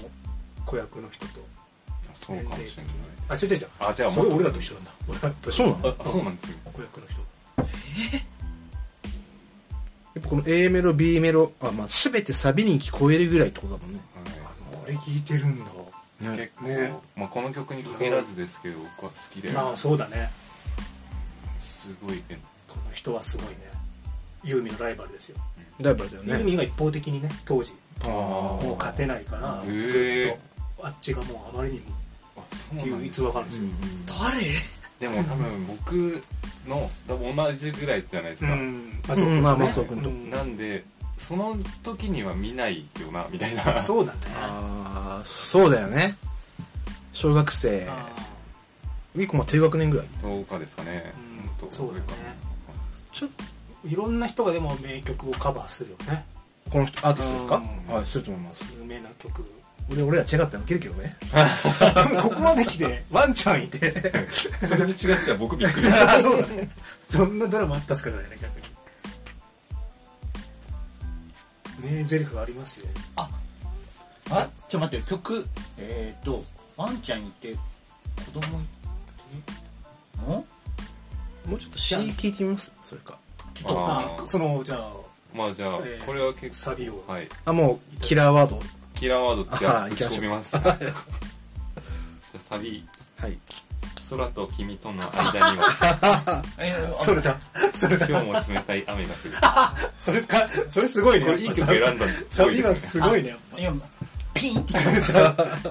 Speaker 3: 子役の人と
Speaker 4: そうかもしれない
Speaker 3: あ違う違う違う
Speaker 4: あじゃあ
Speaker 3: それ俺らと
Speaker 4: と
Speaker 3: 一緒なんだ俺らと一緒
Speaker 5: そうなのや
Speaker 4: あそうなんですよ
Speaker 3: 子役の人
Speaker 5: っぱこの A メロ B メロあ、まあ、全てサビに聞こえるぐらいってことだもんね
Speaker 4: はい
Speaker 3: あのこれ聞いてるんだ
Speaker 4: 結構、
Speaker 3: ね
Speaker 4: まあ、この曲に限らずですけど僕は好きで
Speaker 3: まあそうだね
Speaker 4: すごいね
Speaker 3: この人はすごいねユーミンのライバルですよ、
Speaker 5: ライバルだよね
Speaker 3: ユーミンが一方的にね当時
Speaker 5: あー
Speaker 3: もう勝てないから
Speaker 4: へー
Speaker 3: ずっとあっちがもうあまりにも
Speaker 4: あそう
Speaker 3: っ
Speaker 4: な
Speaker 3: て
Speaker 4: ん
Speaker 3: い
Speaker 4: だ
Speaker 3: う逸話があるんですよ、
Speaker 1: 誰
Speaker 4: でも多分僕の多分同じぐらいじゃないですか、
Speaker 3: んま
Speaker 5: うんまあまあ
Speaker 3: そ
Speaker 5: そうう
Speaker 3: く
Speaker 5: く
Speaker 3: ん
Speaker 5: ん
Speaker 3: と
Speaker 5: と
Speaker 4: なんでその時には見ないよなみたい な
Speaker 3: そうだね
Speaker 5: ああそうだよね小学生
Speaker 3: あ
Speaker 5: ウィコマ低学年ぐらい
Speaker 4: どうかですかね、
Speaker 3: うん
Speaker 4: ほと
Speaker 3: そうだね
Speaker 5: ちょっ
Speaker 3: ーいろんな人がでも名曲をカバーするよね
Speaker 5: とこの人アーティストですか
Speaker 4: うん
Speaker 5: はいすると思います
Speaker 3: 有名な 曲
Speaker 5: 俺俺ら違ったら受けるけどね
Speaker 3: ここまで来てワンちゃんいて
Speaker 4: それに違ってたら僕びっくり
Speaker 3: あ そうだねそんなドラマあったっすからね逆に名ゼリフありますよ
Speaker 1: あちょっと待って曲えっ、ー、とワンちゃんいて子供いてん
Speaker 5: もうちょっと C 聞いてみますそれか
Speaker 1: ちょっと
Speaker 4: あ
Speaker 3: あ
Speaker 4: ー
Speaker 3: そのじゃあ
Speaker 4: まあじゃあ
Speaker 3: えー
Speaker 4: これは結構
Speaker 3: サビを
Speaker 4: はい
Speaker 5: あもうキラーワード
Speaker 4: キラーワードってじゃ
Speaker 5: あ
Speaker 4: あ
Speaker 5: ー
Speaker 4: 打
Speaker 5: 行
Speaker 4: ち込
Speaker 5: きましょう
Speaker 4: みますじゃあサビ
Speaker 5: はい
Speaker 4: 「空と君との間には
Speaker 1: えー、
Speaker 3: それだ それだ
Speaker 4: 今日も冷たい雨が降る」
Speaker 3: それかそれすごいね
Speaker 4: これいい曲選んだの
Speaker 3: サビがすごいねやっぱ
Speaker 1: いやピンって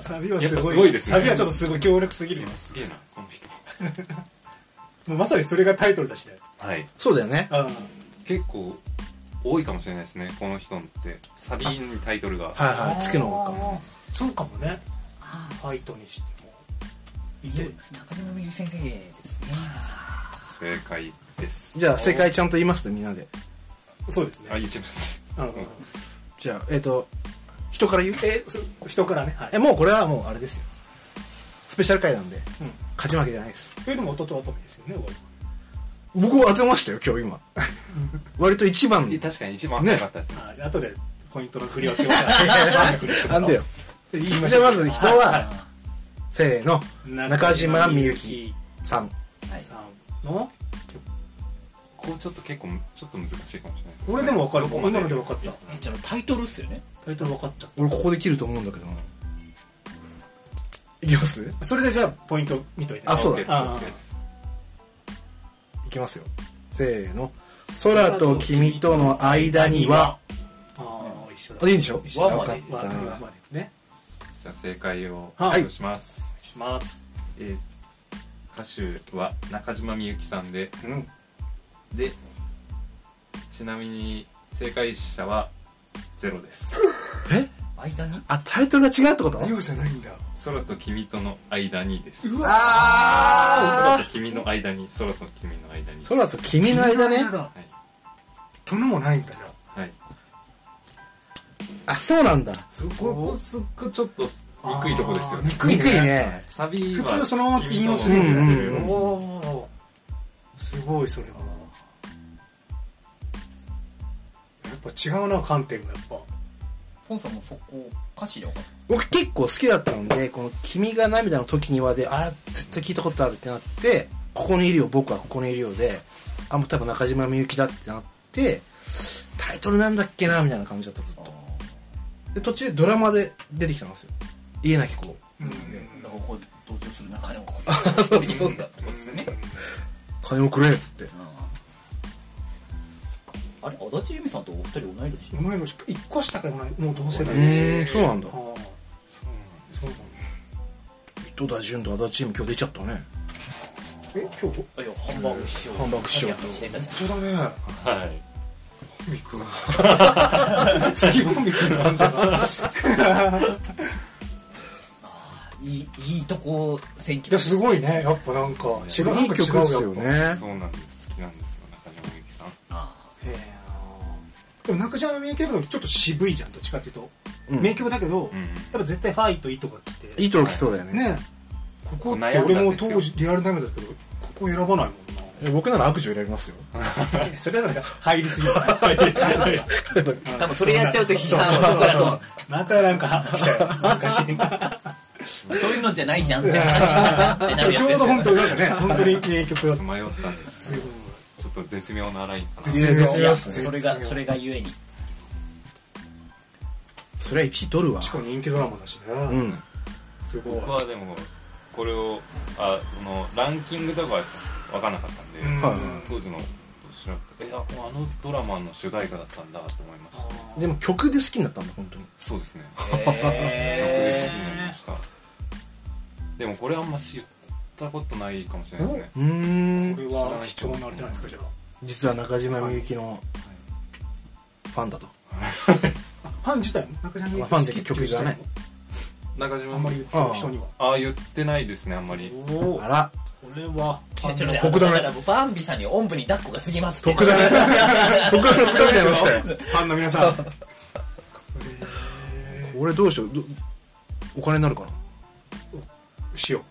Speaker 3: サビはす
Speaker 4: やっぱ
Speaker 3: ごい
Speaker 4: すごいですね
Speaker 3: サビはちょっとすごい強力すぎるよ
Speaker 4: 今すげえなこの人
Speaker 3: もうまさにそれがタイトルだしね
Speaker 4: はい
Speaker 5: そうだよね。
Speaker 3: あ
Speaker 4: 結構多いかもしれないですねこの人ってサビにタイトルが
Speaker 5: はい
Speaker 3: あ
Speaker 5: はい。つけの方かも。
Speaker 3: そうかもねファイトにしてもいて
Speaker 1: 中島みゆき先生ですね
Speaker 4: 正解です
Speaker 5: じゃあ、正解ちゃんと言いますと、みんなで。
Speaker 3: そうですね
Speaker 4: あ一番です
Speaker 3: うん
Speaker 5: じゃあ、えっ、と、人から言う
Speaker 3: えそ人からねはい
Speaker 5: え、もうこれはもうあれですよ。スペシャル回なんで、
Speaker 3: うん
Speaker 5: 勝ち負けじゃないです。
Speaker 3: えでも弟はトミーですよね終わ
Speaker 5: 僕当てましたよ、今日今。割と一番
Speaker 4: え。確かに一番早かったですね
Speaker 3: りあじゃあ後でポイントの振り分けを
Speaker 5: なんでよ。
Speaker 3: 言いまし
Speaker 5: じゃ
Speaker 3: ょ
Speaker 5: あ
Speaker 3: う
Speaker 5: まず人は、
Speaker 1: い
Speaker 5: せーの、中島みゆきさん。
Speaker 1: はい
Speaker 3: さんの
Speaker 4: こうちょっと結構ちょっと難しいかもしれないです
Speaker 3: 俺でも分かる
Speaker 4: ここま
Speaker 3: 今ので分かった
Speaker 1: えじゃあタイトルっすよね
Speaker 3: タイトル分かっちゃっ
Speaker 5: 俺ここで切ると思うんだけども。いきます
Speaker 3: たそれでじゃあポイント見といて
Speaker 5: あそう
Speaker 4: OK
Speaker 5: だ
Speaker 4: です
Speaker 3: あ
Speaker 4: OK です
Speaker 5: いきますよ。せーの。空と君との間には、
Speaker 3: ああ一緒
Speaker 5: あ
Speaker 3: だ
Speaker 5: いいんでしょ
Speaker 3: 一緒
Speaker 5: よ
Speaker 3: だ
Speaker 1: わ
Speaker 5: か
Speaker 1: ま
Speaker 5: っ
Speaker 1: で
Speaker 3: わわ
Speaker 5: た。
Speaker 3: までね
Speaker 4: じゃあ正解を
Speaker 3: はい
Speaker 4: 発表します、
Speaker 3: お願いします
Speaker 4: えー歌手は中島みゆきさんで
Speaker 3: うん
Speaker 4: でちなみに正解者はゼロです
Speaker 5: え
Speaker 1: 間に
Speaker 5: あ、タイトルが違うってこと
Speaker 3: じゃないんだ
Speaker 4: 空と君との間にです
Speaker 3: う
Speaker 5: あ
Speaker 4: 空と君の間に空と君の間に
Speaker 5: ー空と君の間ね。
Speaker 4: はい
Speaker 3: 殿もないんだじゃあ
Speaker 4: はい
Speaker 5: あ、そうなんだ。
Speaker 4: そここすっごいちょっと憎いとこですよね
Speaker 5: 憎いね。
Speaker 4: サビは
Speaker 3: 普通そのまま引用す
Speaker 5: る
Speaker 4: 君との間に
Speaker 5: うんうんうん
Speaker 3: おおすごいそれはやっぱ違うな観点がやっぱ
Speaker 1: ポンさんもそこ歌詞で分かっ
Speaker 5: 僕結構好きだったので、この君が涙の時にはで、あら、絶対聞いたことあるってなって、ここにいるよ、僕はここにいるよで、あ、もう多分中島みゆきだってなって、タイトルなんだっけな、みたいな感じだったずったと。で、途中でドラマで出てきたんですよ。家なき子。
Speaker 1: だからこう同調する中でもこう降りてくるんだってことですよね
Speaker 5: 金をくれっつって。
Speaker 1: あれ足立由美さんとお二人同い年
Speaker 3: お前の一個下からもないもう同世代
Speaker 5: う
Speaker 3: で
Speaker 5: ーん、そうなんだ
Speaker 3: す。ああ
Speaker 4: そうなんです
Speaker 3: そうなん
Speaker 5: 糸田潤と足立チーム今日出ちゃったね。
Speaker 3: だえ今日
Speaker 1: あいやハンバーグ師匠
Speaker 5: ハンバーグ師匠と
Speaker 1: してたじゃん
Speaker 3: そうだね
Speaker 4: はい
Speaker 3: ミクが 次もミクなんじゃない
Speaker 1: いいいいとこ選
Speaker 3: いや
Speaker 1: 挙
Speaker 3: すごいねやっぱなんか違う
Speaker 5: いい曲です
Speaker 3: な
Speaker 5: よ
Speaker 3: んか違うやっ
Speaker 5: ね。
Speaker 4: そうなんです好きなんですよ中島みゆきさん
Speaker 1: あ
Speaker 3: ぱへえでも中島みゆきだけどちょっと渋いじゃんどっちかっていうと
Speaker 5: うん
Speaker 3: 名曲だけど
Speaker 4: うんうん
Speaker 3: やっぱ絶対「ファイと「い」とか来て
Speaker 5: いいとこ来そうだよね。
Speaker 3: ねここって俺も当時リアルタイムだけどここ選ばないもん
Speaker 5: え僕なら悪女選びますよ。
Speaker 3: な それだから入りすぎ
Speaker 1: あ多分それやっちゃうと批
Speaker 3: そう
Speaker 1: 判
Speaker 3: そう
Speaker 1: は僕ら
Speaker 3: そ
Speaker 1: の
Speaker 3: うまたなんか来たよ難しいな
Speaker 1: そういうのじゃないじゃんって話になるやつです
Speaker 3: ち
Speaker 1: よ
Speaker 3: ょうど本当なんかね本当に名曲
Speaker 4: ちょ
Speaker 3: だ
Speaker 4: っ
Speaker 3: っ
Speaker 4: と
Speaker 3: た
Speaker 4: 迷ったんです
Speaker 3: すごい
Speaker 4: ちょっと絶妙なラインか
Speaker 5: いや
Speaker 3: 絶妙
Speaker 5: 絶
Speaker 1: い
Speaker 5: 妙
Speaker 1: や
Speaker 5: っすね
Speaker 1: それがそれがゆえに
Speaker 5: それは1位取るわ。
Speaker 3: しかも人気ドラマだし
Speaker 5: う
Speaker 3: ね
Speaker 5: ん。
Speaker 3: すごい
Speaker 4: 僕はでもこれをあこのランキングとかはやっぱ分かんなかったんで、
Speaker 3: うん
Speaker 5: はい
Speaker 4: 当時の知らなくてえああのドラマの主題歌だったんだと思いました
Speaker 5: でも曲で好きになったんだ、本当に。
Speaker 4: そうですね曲で
Speaker 1: へ
Speaker 4: 好きになりましたでもこれあんま知ったことないかもしれないですね
Speaker 5: うー
Speaker 3: こ
Speaker 5: ん。
Speaker 3: れは貴重なあれじゃないですかじゃ
Speaker 5: 実は中島みゆきのファンだと。
Speaker 3: あファン自体も中島みゆき
Speaker 5: まあファンって曲じゃない
Speaker 4: 中島
Speaker 3: あんまり言ってる人には
Speaker 4: ああ言ってないですねあんまり
Speaker 3: おお
Speaker 5: あら、
Speaker 3: これは
Speaker 1: えちょっとね
Speaker 5: 特段ね
Speaker 1: だからバンビさんにおんぶに抱っこが過ぎます
Speaker 5: 特段、 特段疲れちゃいましたよ。
Speaker 3: ファンの皆さん
Speaker 5: 俺どうしよう。どお金になるか
Speaker 3: しよ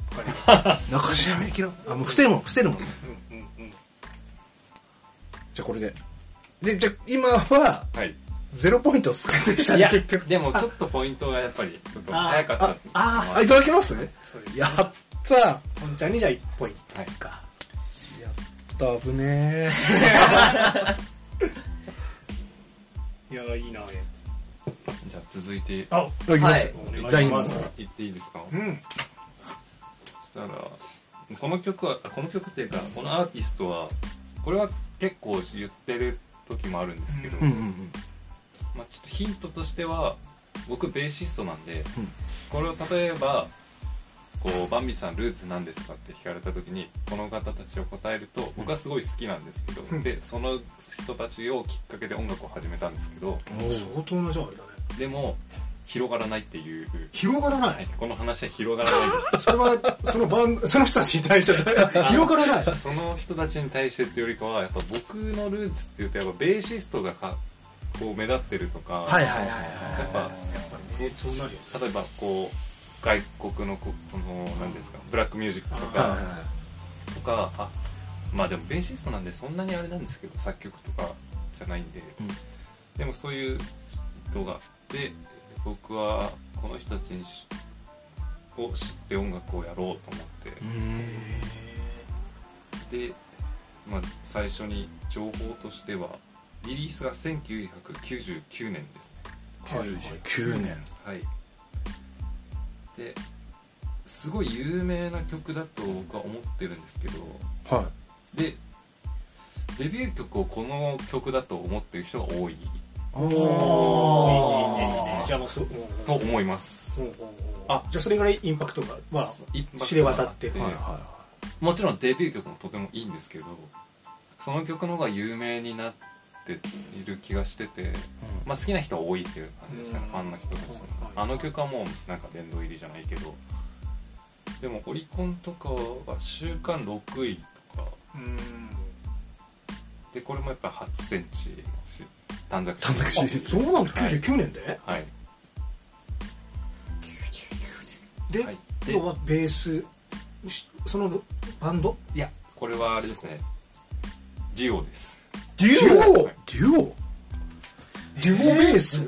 Speaker 5: な。 中島みゆきの。あ、もう伏せるもん、伏せるもん。
Speaker 3: ううんうんうん
Speaker 5: じゃあこれで。で、じゃあ今は、
Speaker 4: はい
Speaker 5: ゼロポイント使ってきた
Speaker 4: い
Speaker 5: ね
Speaker 4: や
Speaker 5: 結局。
Speaker 4: でもちょっとポイントがやっぱりちょっと早かったっていうのも
Speaker 5: あ、いただきます
Speaker 3: そうです
Speaker 5: やったやっ
Speaker 3: 本ちゃんにじゃあ1ポイン
Speaker 4: はい
Speaker 3: トか
Speaker 5: た危ね
Speaker 3: いやいいな
Speaker 4: じゃあ続いて
Speaker 3: あ
Speaker 5: え。いただきます
Speaker 1: はい
Speaker 3: お願
Speaker 5: 第
Speaker 3: いし
Speaker 5: 二
Speaker 3: ま
Speaker 5: 問
Speaker 3: す
Speaker 4: 言っていいですか
Speaker 3: うん
Speaker 4: そしたらこの曲はこの曲っていうかこのアーティストはこれは結構言ってる時もあるんですけど、
Speaker 5: うんうんうん。
Speaker 4: まあ、ちょっとヒントとしては僕ベーシストなんで、
Speaker 5: うん
Speaker 4: これを例えばこうバンビさんルーツなんですかって聞かれた時にこの方たちを答えると僕はすごい好きなんですけど、
Speaker 3: うん
Speaker 4: でその人たちをきっかけで音楽を始めたんですけど
Speaker 3: 相当なじゃああれだね
Speaker 4: でも広がらないっていう、
Speaker 3: 広がらな
Speaker 4: はいいこの話は広がらないんです
Speaker 3: それはそのバンその人たちに対して広がらない
Speaker 4: その人たちに対してっていうよりかはやっぱ僕のルーツっていうとやっぱベーシストがかこう目立ってるとか、
Speaker 5: はいはいはい
Speaker 4: やっぱ
Speaker 3: そうそうなるよね
Speaker 4: 例えばこう外国のここの何ですかブラックミュージックと
Speaker 5: はいはい
Speaker 4: か
Speaker 5: は
Speaker 4: とかあまあでもベーシストなんでそんなにあれなんですけど作曲とかじゃないんで、
Speaker 5: うん
Speaker 4: でもそういう人がで僕はこの人たちにしを知って音楽をやろうと思って。
Speaker 5: いうん
Speaker 4: で、まあ、最初に情報としてはリリースが1999年ですね
Speaker 5: 99年
Speaker 4: はいですごい有名な曲だと僕は思ってるんですけど
Speaker 5: は
Speaker 4: でデビュー曲をこの曲だと思ってる人が多い
Speaker 5: い
Speaker 3: おーいいねいい
Speaker 5: お
Speaker 3: ねじゃあもうそう
Speaker 4: と思います
Speaker 3: うんうんうん
Speaker 4: あ
Speaker 3: じゃあそれぐらいインパクトがまあ
Speaker 4: 一発
Speaker 3: 知れ渡って
Speaker 5: はいはいは
Speaker 4: もちろんデビュー曲もとてもいいんですけどその曲の方が有名になっている気がしてて、
Speaker 5: い
Speaker 4: まあ、好きな人は多いっていう感じですよね、
Speaker 3: うん
Speaker 4: ファンの人たちの、
Speaker 3: はい
Speaker 4: あの曲はもうなんか殿堂入りじゃないけどでもオリコンとかは週間6位とか
Speaker 3: うん
Speaker 4: でこれもやっぱ8センチのし短冊
Speaker 5: 短冊
Speaker 3: あ
Speaker 5: し
Speaker 3: そうなんだ99年で
Speaker 4: はい
Speaker 3: で
Speaker 4: はいで
Speaker 3: 要はベースしそのバンド
Speaker 4: いやこれはあれですねデュオです
Speaker 5: デュオデュオ
Speaker 3: デュオベース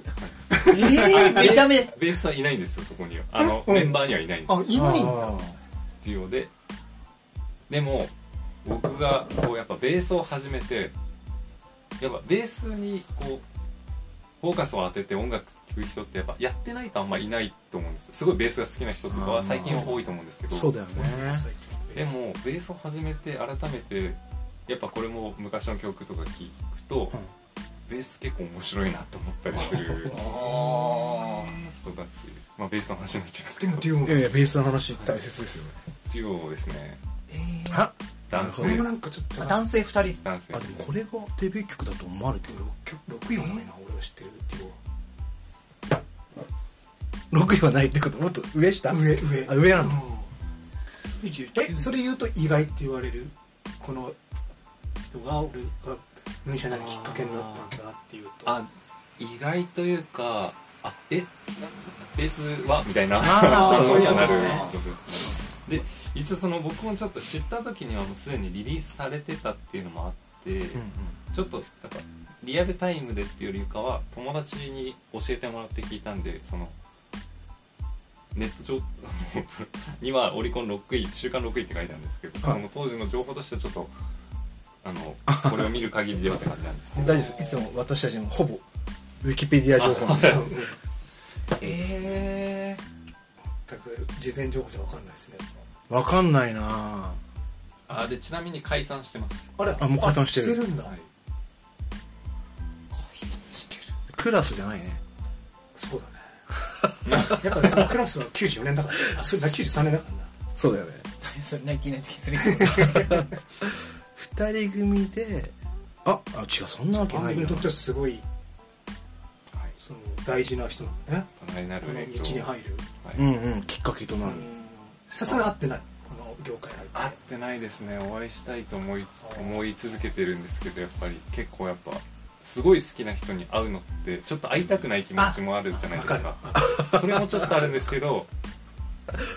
Speaker 1: えー、めちゃめちゃ
Speaker 4: ベースはいないんですよそこにはあの
Speaker 3: うん
Speaker 4: メンバーにはいないんです
Speaker 3: あいないんだ
Speaker 5: あ
Speaker 4: デュオででも僕がこうやっぱベースを始めてやっぱベースにこうフォーカスを当てて音楽聴く人ってやっぱやってないとあんまいないと思うんですよすごいベースが好きな人とか
Speaker 5: あ
Speaker 4: は
Speaker 5: ー
Speaker 4: 最近は多いと思うんですけ
Speaker 5: ー
Speaker 4: ど
Speaker 5: そうだよね
Speaker 4: でもベースを始めて改めてやっぱこれも昔の曲とか聴くと、
Speaker 5: うん
Speaker 4: ベース結構面白いなと思ったりする人たちまあベースの話になっちゃいますけ
Speaker 3: で
Speaker 4: ど
Speaker 3: もデュオ
Speaker 5: いやいやベースの話大切ですよね
Speaker 4: デュオですね
Speaker 5: あ
Speaker 4: 男
Speaker 3: これ
Speaker 4: 性
Speaker 3: もなんかちょっと
Speaker 1: 男性2人
Speaker 4: 男性
Speaker 5: あでもこれがデビュー曲だと思われてる
Speaker 3: 6位はないな俺は知ってるデュ
Speaker 5: 6位はないってこともっと上下
Speaker 3: オ上上
Speaker 5: あ上な
Speaker 3: う
Speaker 5: の
Speaker 3: んえそれ言うと意外って言われるこの人が俺が入社になるきっかけになったんだっていうと
Speaker 4: あ意外というかあえベースはみたいな
Speaker 5: あ ー
Speaker 4: そうそうにはなる
Speaker 3: そうですね
Speaker 4: そうですねで一応その僕もちょっと知った時にはもうすでにリリースされてたっていうのもあって、ちょっとやっぱリアルタイムでっていうよりかは友達に教えてもらって聞いたんでそのネット上 にはオリコン6位週間6位って書いてあるんですけど
Speaker 5: はい
Speaker 4: その当時の情報としてはちょっとあのこれを見る限りではって感じなんですけ
Speaker 5: 大
Speaker 4: ど
Speaker 5: 丈夫ですいつも私たちもほぼウィキペディア情報なんで
Speaker 3: ええ全く事前情報じゃ分かんないですね
Speaker 5: わかんないな
Speaker 4: あでちなみに解散してます
Speaker 3: あれ
Speaker 5: あもう解散してる
Speaker 3: してるんだ、
Speaker 4: はい
Speaker 5: クラスじゃないね
Speaker 3: そうだねやっぱ、ね、クラスは94年だから、ね、あそれだ93年だからな
Speaker 5: そうだよね
Speaker 1: そんないきなり気
Speaker 5: 二人組でああ違うそんなわけ
Speaker 3: バ
Speaker 5: な
Speaker 3: ン
Speaker 5: い
Speaker 3: ドに
Speaker 5: な
Speaker 3: とってはすごい
Speaker 4: はい
Speaker 3: その大事な人なんだね
Speaker 4: 多大なる
Speaker 3: この
Speaker 4: 影響
Speaker 3: 道に入る
Speaker 5: うんうんきっかけとなる
Speaker 3: うんさすがに合ってないこの業界入って
Speaker 4: 会ってないですねお会いしたいと思いつ
Speaker 3: あー
Speaker 4: 思い続けてるんですけどやっぱり結構やっぱすごい好きな人に会うのってちょっと会いたくない気持ちもあるじゃないですか
Speaker 3: わ
Speaker 4: それもちょっとあるんですけ ど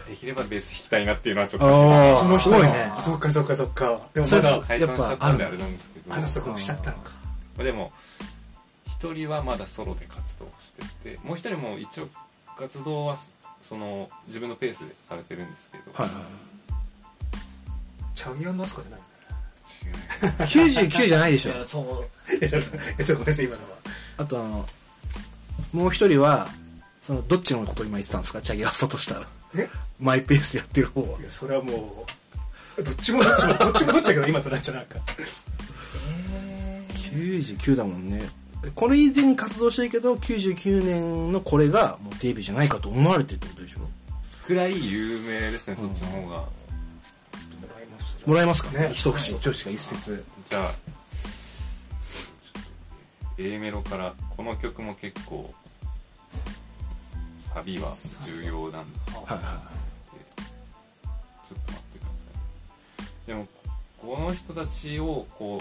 Speaker 4: できればベース弾きたいなっていうのはちょっと
Speaker 5: あ
Speaker 3: そ
Speaker 5: あ
Speaker 3: の
Speaker 5: す
Speaker 3: 人
Speaker 5: ご
Speaker 3: の
Speaker 5: いね
Speaker 3: そっかそっかそっかでも
Speaker 5: そ
Speaker 3: ま
Speaker 5: う
Speaker 3: だ
Speaker 5: そう
Speaker 4: 解散しちゃったんで
Speaker 5: や
Speaker 4: あ
Speaker 5: っぱある
Speaker 4: れなんですけど
Speaker 3: あのそこしちゃったのか
Speaker 4: でも一人はまだソロで活動しててもう一人も一応活動はその自分のペースでされてるんですけど、
Speaker 5: はい
Speaker 4: 違
Speaker 5: は
Speaker 3: チャギアンドアスカじゃない
Speaker 4: い
Speaker 5: い99じゃないでしょ
Speaker 1: づそう
Speaker 3: のねえちょっとえちょっとごめんなさい今のは
Speaker 5: あとあのもう一人はそのどっちのこと今言ってたんですかチャギアスタとしたら
Speaker 3: え
Speaker 5: マイペースやってる方はい
Speaker 3: やそれはもうどっちもどっちもどっちもどっちだけど今となっちゃなんか
Speaker 5: 99だもんねこれ以前に活動してるけど99年のこれがもうデビューじゃないかと思われてるってことでしょ
Speaker 4: くらい有名ですね、そっちの方が
Speaker 5: もらえますかね
Speaker 3: ね
Speaker 5: 一口一口が一節
Speaker 4: じゃあちょっと A メロからこの曲も結構サビは重要なんでちょっ
Speaker 5: はいは
Speaker 4: と待ってくださいでもこの人たちをこう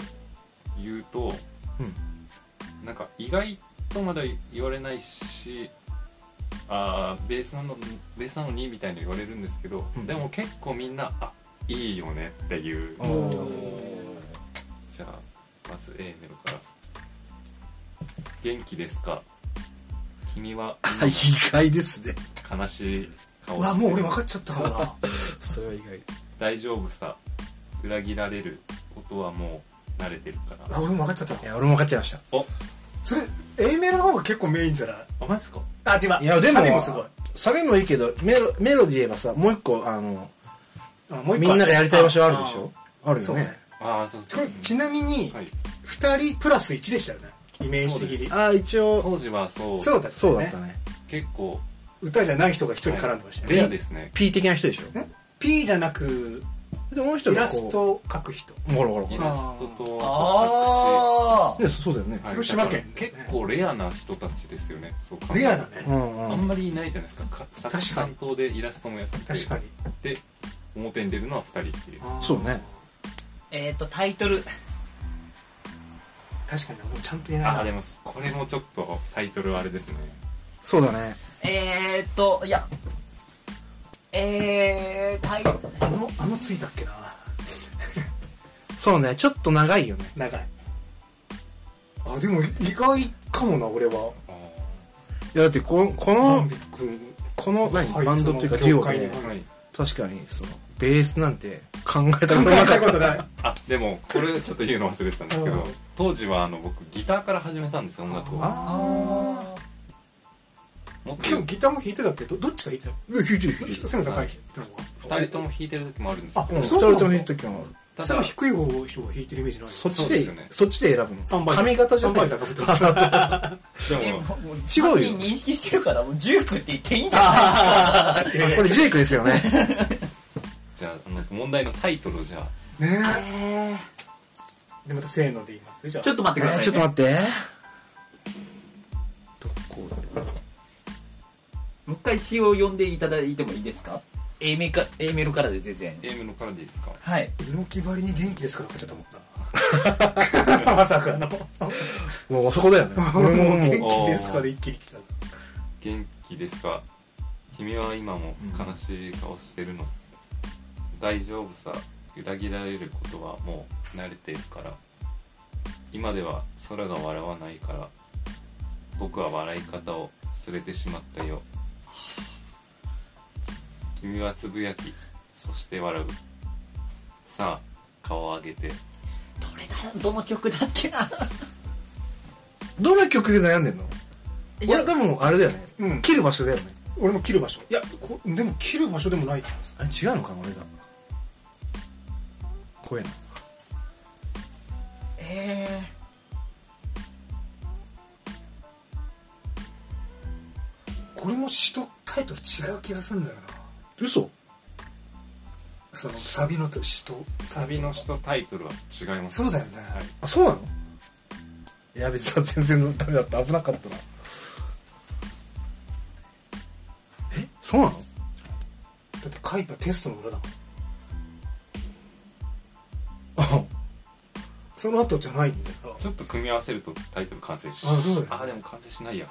Speaker 4: 言うと、なんか意外とまだ言われないしあーベースなのベースなのにみたいに言われるんですけど、
Speaker 5: うん
Speaker 4: でも結構みんなあいいよねっていう
Speaker 5: いおー
Speaker 4: じゃあまず A メロから「元気ですか君は
Speaker 5: あ意外ですね
Speaker 4: 今悲しい顔
Speaker 3: うわ
Speaker 4: し
Speaker 3: もう
Speaker 4: て
Speaker 3: 俺
Speaker 4: る
Speaker 3: 分かっちゃったからな
Speaker 5: それは意外
Speaker 4: 大丈夫さ裏切られることはもう慣れてるから
Speaker 3: あ俺も分かっちゃった
Speaker 5: いや俺も分かっちゃいました
Speaker 3: それ A メロの方が結構メインじゃない
Speaker 4: あマジっすか
Speaker 3: あ違う
Speaker 5: いやでも
Speaker 3: サビもすごい
Speaker 5: サビもいいけどメロメロディー言えばさもう一個あの
Speaker 3: あもう一個
Speaker 5: みんながやりたい場所あるでしょある
Speaker 3: そ
Speaker 5: よ
Speaker 3: う
Speaker 5: ね
Speaker 3: ね
Speaker 4: ああそう
Speaker 3: これちなみに
Speaker 4: はい、
Speaker 3: 2人プラス1でしたよねイメージ的に
Speaker 5: ああ一応
Speaker 4: 当時はそう
Speaker 3: そうだった
Speaker 5: そう
Speaker 3: よ
Speaker 5: だっ
Speaker 3: ね
Speaker 5: たね
Speaker 4: 結構
Speaker 3: 歌じゃない人が1人絡んでましたよ
Speaker 4: レ
Speaker 3: ね
Speaker 4: アですね
Speaker 5: P 的な人でしょ
Speaker 3: P じゃなく
Speaker 5: でもう一人
Speaker 3: イ
Speaker 5: が
Speaker 3: ラ
Speaker 5: こう
Speaker 3: ストを描く人
Speaker 5: ほらほら
Speaker 4: イ
Speaker 5: ほ
Speaker 4: ラストとあ
Speaker 1: あ
Speaker 5: らねそうだよね
Speaker 4: と作詞、はい
Speaker 3: 広島県
Speaker 4: だから結構レアな人たちですよねそう考える
Speaker 3: レ
Speaker 4: と
Speaker 3: アだ
Speaker 5: う
Speaker 3: ね
Speaker 5: んう
Speaker 4: あ
Speaker 5: ん
Speaker 4: んまりいないじゃないですかか作詞担当でイラストもやってて
Speaker 3: 確かに
Speaker 4: で表に出るのは2人っていう
Speaker 5: そうね
Speaker 1: えっ、とタイトル
Speaker 3: 確かにもうちゃんと言えない
Speaker 4: あ
Speaker 3: な
Speaker 4: あでもこれもちょっとタイトルはあれですね
Speaker 5: そうだね
Speaker 1: えっ、といやえー、タイ
Speaker 3: あのあのついたっけな
Speaker 5: そうねちょっと長いよね
Speaker 3: 長いあでも意外かもな俺はい
Speaker 5: やだってここ
Speaker 3: バン
Speaker 5: の
Speaker 3: ビ君
Speaker 5: この何
Speaker 3: はい
Speaker 5: バンドっていうか
Speaker 3: そ
Speaker 5: デ
Speaker 3: の業
Speaker 5: ュオ
Speaker 3: 界に
Speaker 5: で
Speaker 3: は
Speaker 4: はい
Speaker 5: 確かにそのベースなんて考
Speaker 3: 考え
Speaker 5: えたことなか
Speaker 3: た
Speaker 5: っ
Speaker 3: こと
Speaker 5: た
Speaker 3: ない
Speaker 4: あでもこれちょっと言うの忘れてたんですけ
Speaker 3: うん
Speaker 4: ど当時はあの僕ギターから始めたんですよ音楽を
Speaker 5: あ
Speaker 4: もっと
Speaker 3: 今日ギターも弾いてたっけどどっちが弾いてた
Speaker 5: あ弾いてる弾いて
Speaker 3: 人
Speaker 5: る
Speaker 3: 背の高い人の方
Speaker 4: 2人とも弾いてる時もあるんです
Speaker 3: あ
Speaker 4: け
Speaker 5: うん
Speaker 4: ど
Speaker 5: 二
Speaker 3: そう
Speaker 5: 人
Speaker 3: なの
Speaker 5: とも弾いてる時もある
Speaker 4: た
Speaker 3: 背の
Speaker 4: だ
Speaker 3: 低い方の人が弾いてるイメージない
Speaker 5: そっ
Speaker 4: そ
Speaker 5: ち
Speaker 4: うで
Speaker 5: です
Speaker 4: よね
Speaker 5: そっちで選ぶ
Speaker 3: 三
Speaker 5: の
Speaker 3: 倍
Speaker 5: 髪型じゃ
Speaker 3: 3
Speaker 5: な
Speaker 3: 倍
Speaker 5: い
Speaker 3: 高ぶってた
Speaker 1: 違う
Speaker 4: でも
Speaker 5: よ
Speaker 1: 人認識してるからもうジュークって言っていいんじゃないですか
Speaker 5: これジェイクで すよね
Speaker 4: じゃああの問題のタイトルをじゃあ
Speaker 3: ねえでまたせーので言いますじゃあ
Speaker 1: ちょっと待ってください、
Speaker 5: え
Speaker 1: ね、
Speaker 5: ちょっと待ってどこだろう
Speaker 1: もう一回詩を読んでいただいてもいいですか A メか A メロからで全然
Speaker 4: A メロからでいいですか
Speaker 1: はい
Speaker 3: 猪木ばりに元気ですからこっちゃと思った まさかの
Speaker 5: もうあそこだよね俺ももう
Speaker 3: 元気ですから一気に来た
Speaker 4: 元気ですか君は今も悲しい顔してるの、大丈夫さ裏切られることはもう慣れてるから今では空が笑わないから僕は笑い方を忘れてしまったよ君はつぶやきそして笑うさあ顔を上げ
Speaker 1: ど
Speaker 4: て
Speaker 1: れだどの曲だっけな
Speaker 5: どの曲で悩んでんの
Speaker 1: いや
Speaker 5: 俺多分あれだよね
Speaker 3: うん
Speaker 5: 切る場所だよね
Speaker 3: 俺も切る場所いやこでも切る場所でもない気がす
Speaker 5: あれ違うのかな俺が怖えな
Speaker 1: え
Speaker 3: るこれも詩とタイトル違う気がするんだよな
Speaker 5: 嘘
Speaker 3: そのサビのと詩と
Speaker 4: サビの詩とタイトルは違います
Speaker 3: そうだよね、
Speaker 4: はい
Speaker 5: あそうなのいや別に全然ダメだった危なかったなえそうなの
Speaker 3: だって書いたテストの裏だもん
Speaker 5: あ
Speaker 3: その後じゃないんだよ
Speaker 4: ちょっと組み合わせるとタイトル完成し
Speaker 3: あそうだよね
Speaker 4: あでも完成しないや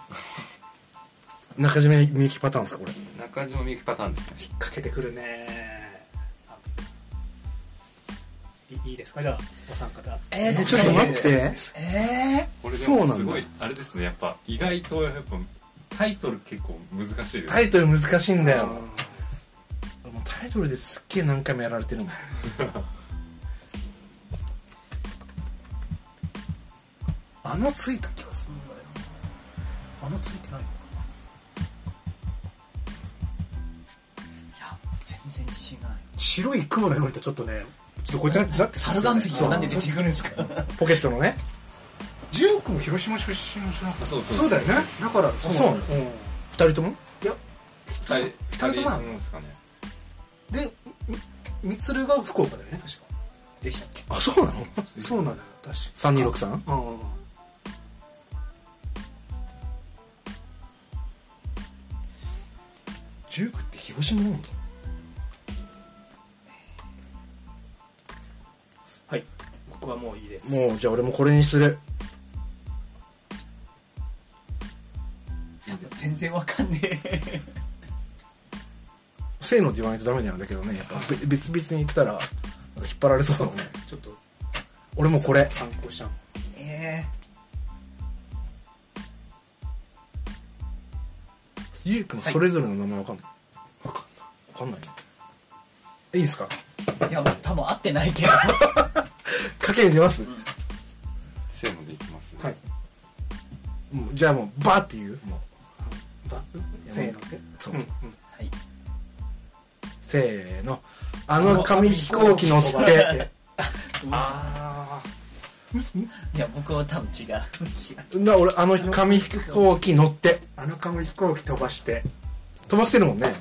Speaker 5: 中島みゆきパターンですかこれ
Speaker 4: 中島みゆきパターンですね
Speaker 3: 引っ掛けてくるねいいいですかじゃあお三方
Speaker 1: ー、え
Speaker 5: えちょっと待って
Speaker 1: え
Speaker 4: これでもす
Speaker 5: そう
Speaker 4: ご
Speaker 5: ない
Speaker 4: あれですねやっぱ意外とやっぱタイトル結構難しいです、
Speaker 5: タイトル難しいんだよ
Speaker 3: うん
Speaker 5: 俺もうタイトルですっげえ何回もやられてる もん
Speaker 3: あのついた気がするんだよあのついてないのか
Speaker 1: ー、いや全然自信がない
Speaker 3: 白い雲のようにとちょっとねちょっとこちらだって
Speaker 1: 猿岩石
Speaker 3: そ
Speaker 1: を
Speaker 3: う
Speaker 1: なんで出てくるんですか
Speaker 5: ポケットのね
Speaker 3: ジュン君も広島出身の人だった
Speaker 4: そうそう
Speaker 3: そうだよねだからそう
Speaker 5: そうな
Speaker 3: な
Speaker 5: の
Speaker 3: のうん
Speaker 5: 二人とも
Speaker 4: 二人
Speaker 3: 一人ともなの
Speaker 4: 二ですかね
Speaker 3: でみみつるが福岡だよね確か
Speaker 1: でしたっけ
Speaker 5: あそうなの
Speaker 3: そうなのよ確か
Speaker 5: 3263
Speaker 3: うん
Speaker 5: ジュークって広島なんだ
Speaker 3: はい僕はもういいです
Speaker 5: もうじゃあ俺もこれにする
Speaker 1: 全然わかんねえ
Speaker 5: せーのって言わないとダメなんだけどねやっぱべ別々に言ったらなんか引っ張られそうだもんね
Speaker 3: ちょっと
Speaker 5: 俺もこれ
Speaker 3: 参考したの
Speaker 1: え
Speaker 5: ジュークのそれぞれの名前わかんないわかんないわかんないいいですか
Speaker 1: ー、いや多分合ってないけど
Speaker 5: 賭けに出ます、
Speaker 4: せーのでいきますね
Speaker 5: はいもうじゃあもうバーって言うもう
Speaker 3: ばせーので
Speaker 5: そう、
Speaker 3: うんうん
Speaker 1: はい
Speaker 5: せーのあの紙飛行機乗って
Speaker 4: あ
Speaker 1: いや僕は多分違う違う
Speaker 5: な俺あの紙飛行機乗って
Speaker 3: あの紙飛行機飛ばして
Speaker 5: 飛ばしてるもんね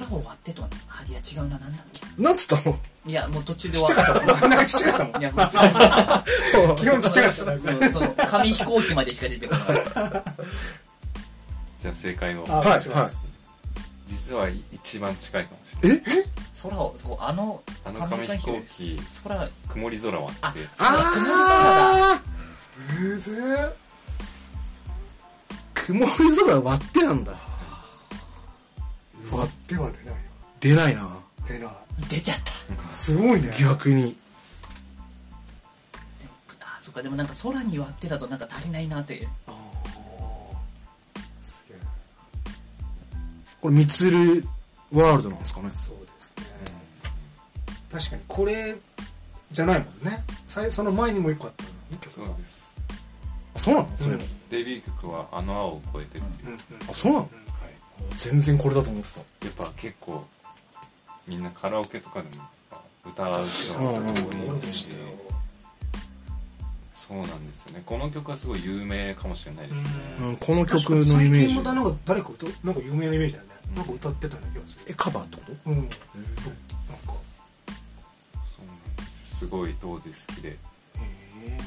Speaker 1: 空を割ってとはあいや違うななんだっけ
Speaker 5: なんつったの
Speaker 1: いやもう途中で終わった
Speaker 3: なんかちっちゃ かったも
Speaker 1: いやもう
Speaker 3: ん基本ちっちゃかったな
Speaker 1: もうその紙飛行機までしか出てこない
Speaker 4: じゃあ正解を
Speaker 3: あ
Speaker 5: はい
Speaker 3: お願します
Speaker 4: 実は一番近いかもしれない
Speaker 5: え
Speaker 1: 空をそうあの
Speaker 4: あの紙飛行機
Speaker 1: 空
Speaker 4: 曇り空はあって
Speaker 5: あ
Speaker 3: むずー
Speaker 5: ー曇り空割ってなんだ
Speaker 3: 割っては出ないよ
Speaker 5: 出ないな
Speaker 3: 出ない
Speaker 1: 出ちゃった
Speaker 3: すごいね
Speaker 5: 逆に
Speaker 1: あそっかでもなんか空に割ってだとなんか足りないなって
Speaker 3: あーすげえ
Speaker 5: これミツルワールドなんですかね
Speaker 3: そうですね確かにこれじゃないもんねさいその前にもう一個あったのね
Speaker 4: そうです
Speaker 5: あそうなのそれも、
Speaker 4: デビュー曲は「あの青を越えて」っていう、
Speaker 3: うんうん
Speaker 5: あそうなの
Speaker 4: はい、
Speaker 5: 全然これだと思ってた
Speaker 4: やっぱ結構みんなカラオケとかでも歌う人が
Speaker 3: 俺
Speaker 4: 多
Speaker 3: も
Speaker 4: い
Speaker 3: 知
Speaker 4: し
Speaker 3: ってるよ
Speaker 4: そうなんですよねこの曲はすごい有名かもしれないですね
Speaker 3: う
Speaker 5: うん、この
Speaker 3: 確
Speaker 5: 曲
Speaker 3: かに
Speaker 5: のイメー
Speaker 3: 最近
Speaker 5: ジ
Speaker 3: またなんか誰か歌うなんか有名なイメージだよねなんか歌ってたような気がす
Speaker 5: え
Speaker 3: る
Speaker 5: カバーってこと
Speaker 3: うんなんか
Speaker 4: そうなんですすごい当時好きで
Speaker 3: へえ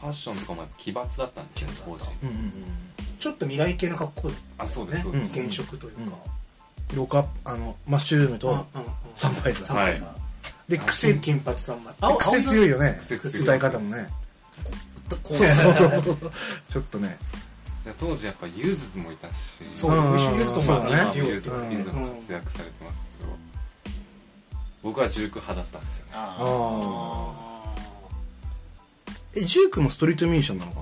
Speaker 4: ファッションとかもやっぱ奇抜だったんですよね当時
Speaker 5: うんうん
Speaker 3: ちょっと未来系の格好だ
Speaker 4: あそうです
Speaker 3: ね
Speaker 4: そうです、
Speaker 5: うん
Speaker 3: 現職というか
Speaker 5: うんロックアップあのマッシュルーム
Speaker 3: うんうん
Speaker 5: と
Speaker 3: うん
Speaker 5: サンバイザー
Speaker 4: はい
Speaker 3: さん
Speaker 5: で癖で
Speaker 3: 金髪さんまで
Speaker 5: 癖強いよね
Speaker 4: 癖強い
Speaker 5: 歌い方もね
Speaker 1: こ
Speaker 5: そうそうそうそう ちょっとね
Speaker 4: で当時やっぱユーズもいたし
Speaker 3: そう
Speaker 5: うん
Speaker 3: 一緒にユーズと
Speaker 5: そう
Speaker 4: ま
Speaker 5: だ
Speaker 4: あ
Speaker 5: ね
Speaker 4: 今も
Speaker 3: デュオ
Speaker 4: ユーズ
Speaker 5: うん
Speaker 4: ユーズも活躍されてますけど、僕は19派だったんですよね
Speaker 1: あー
Speaker 5: ああ
Speaker 3: あ
Speaker 5: えジュークもストリートミュージシャンなのか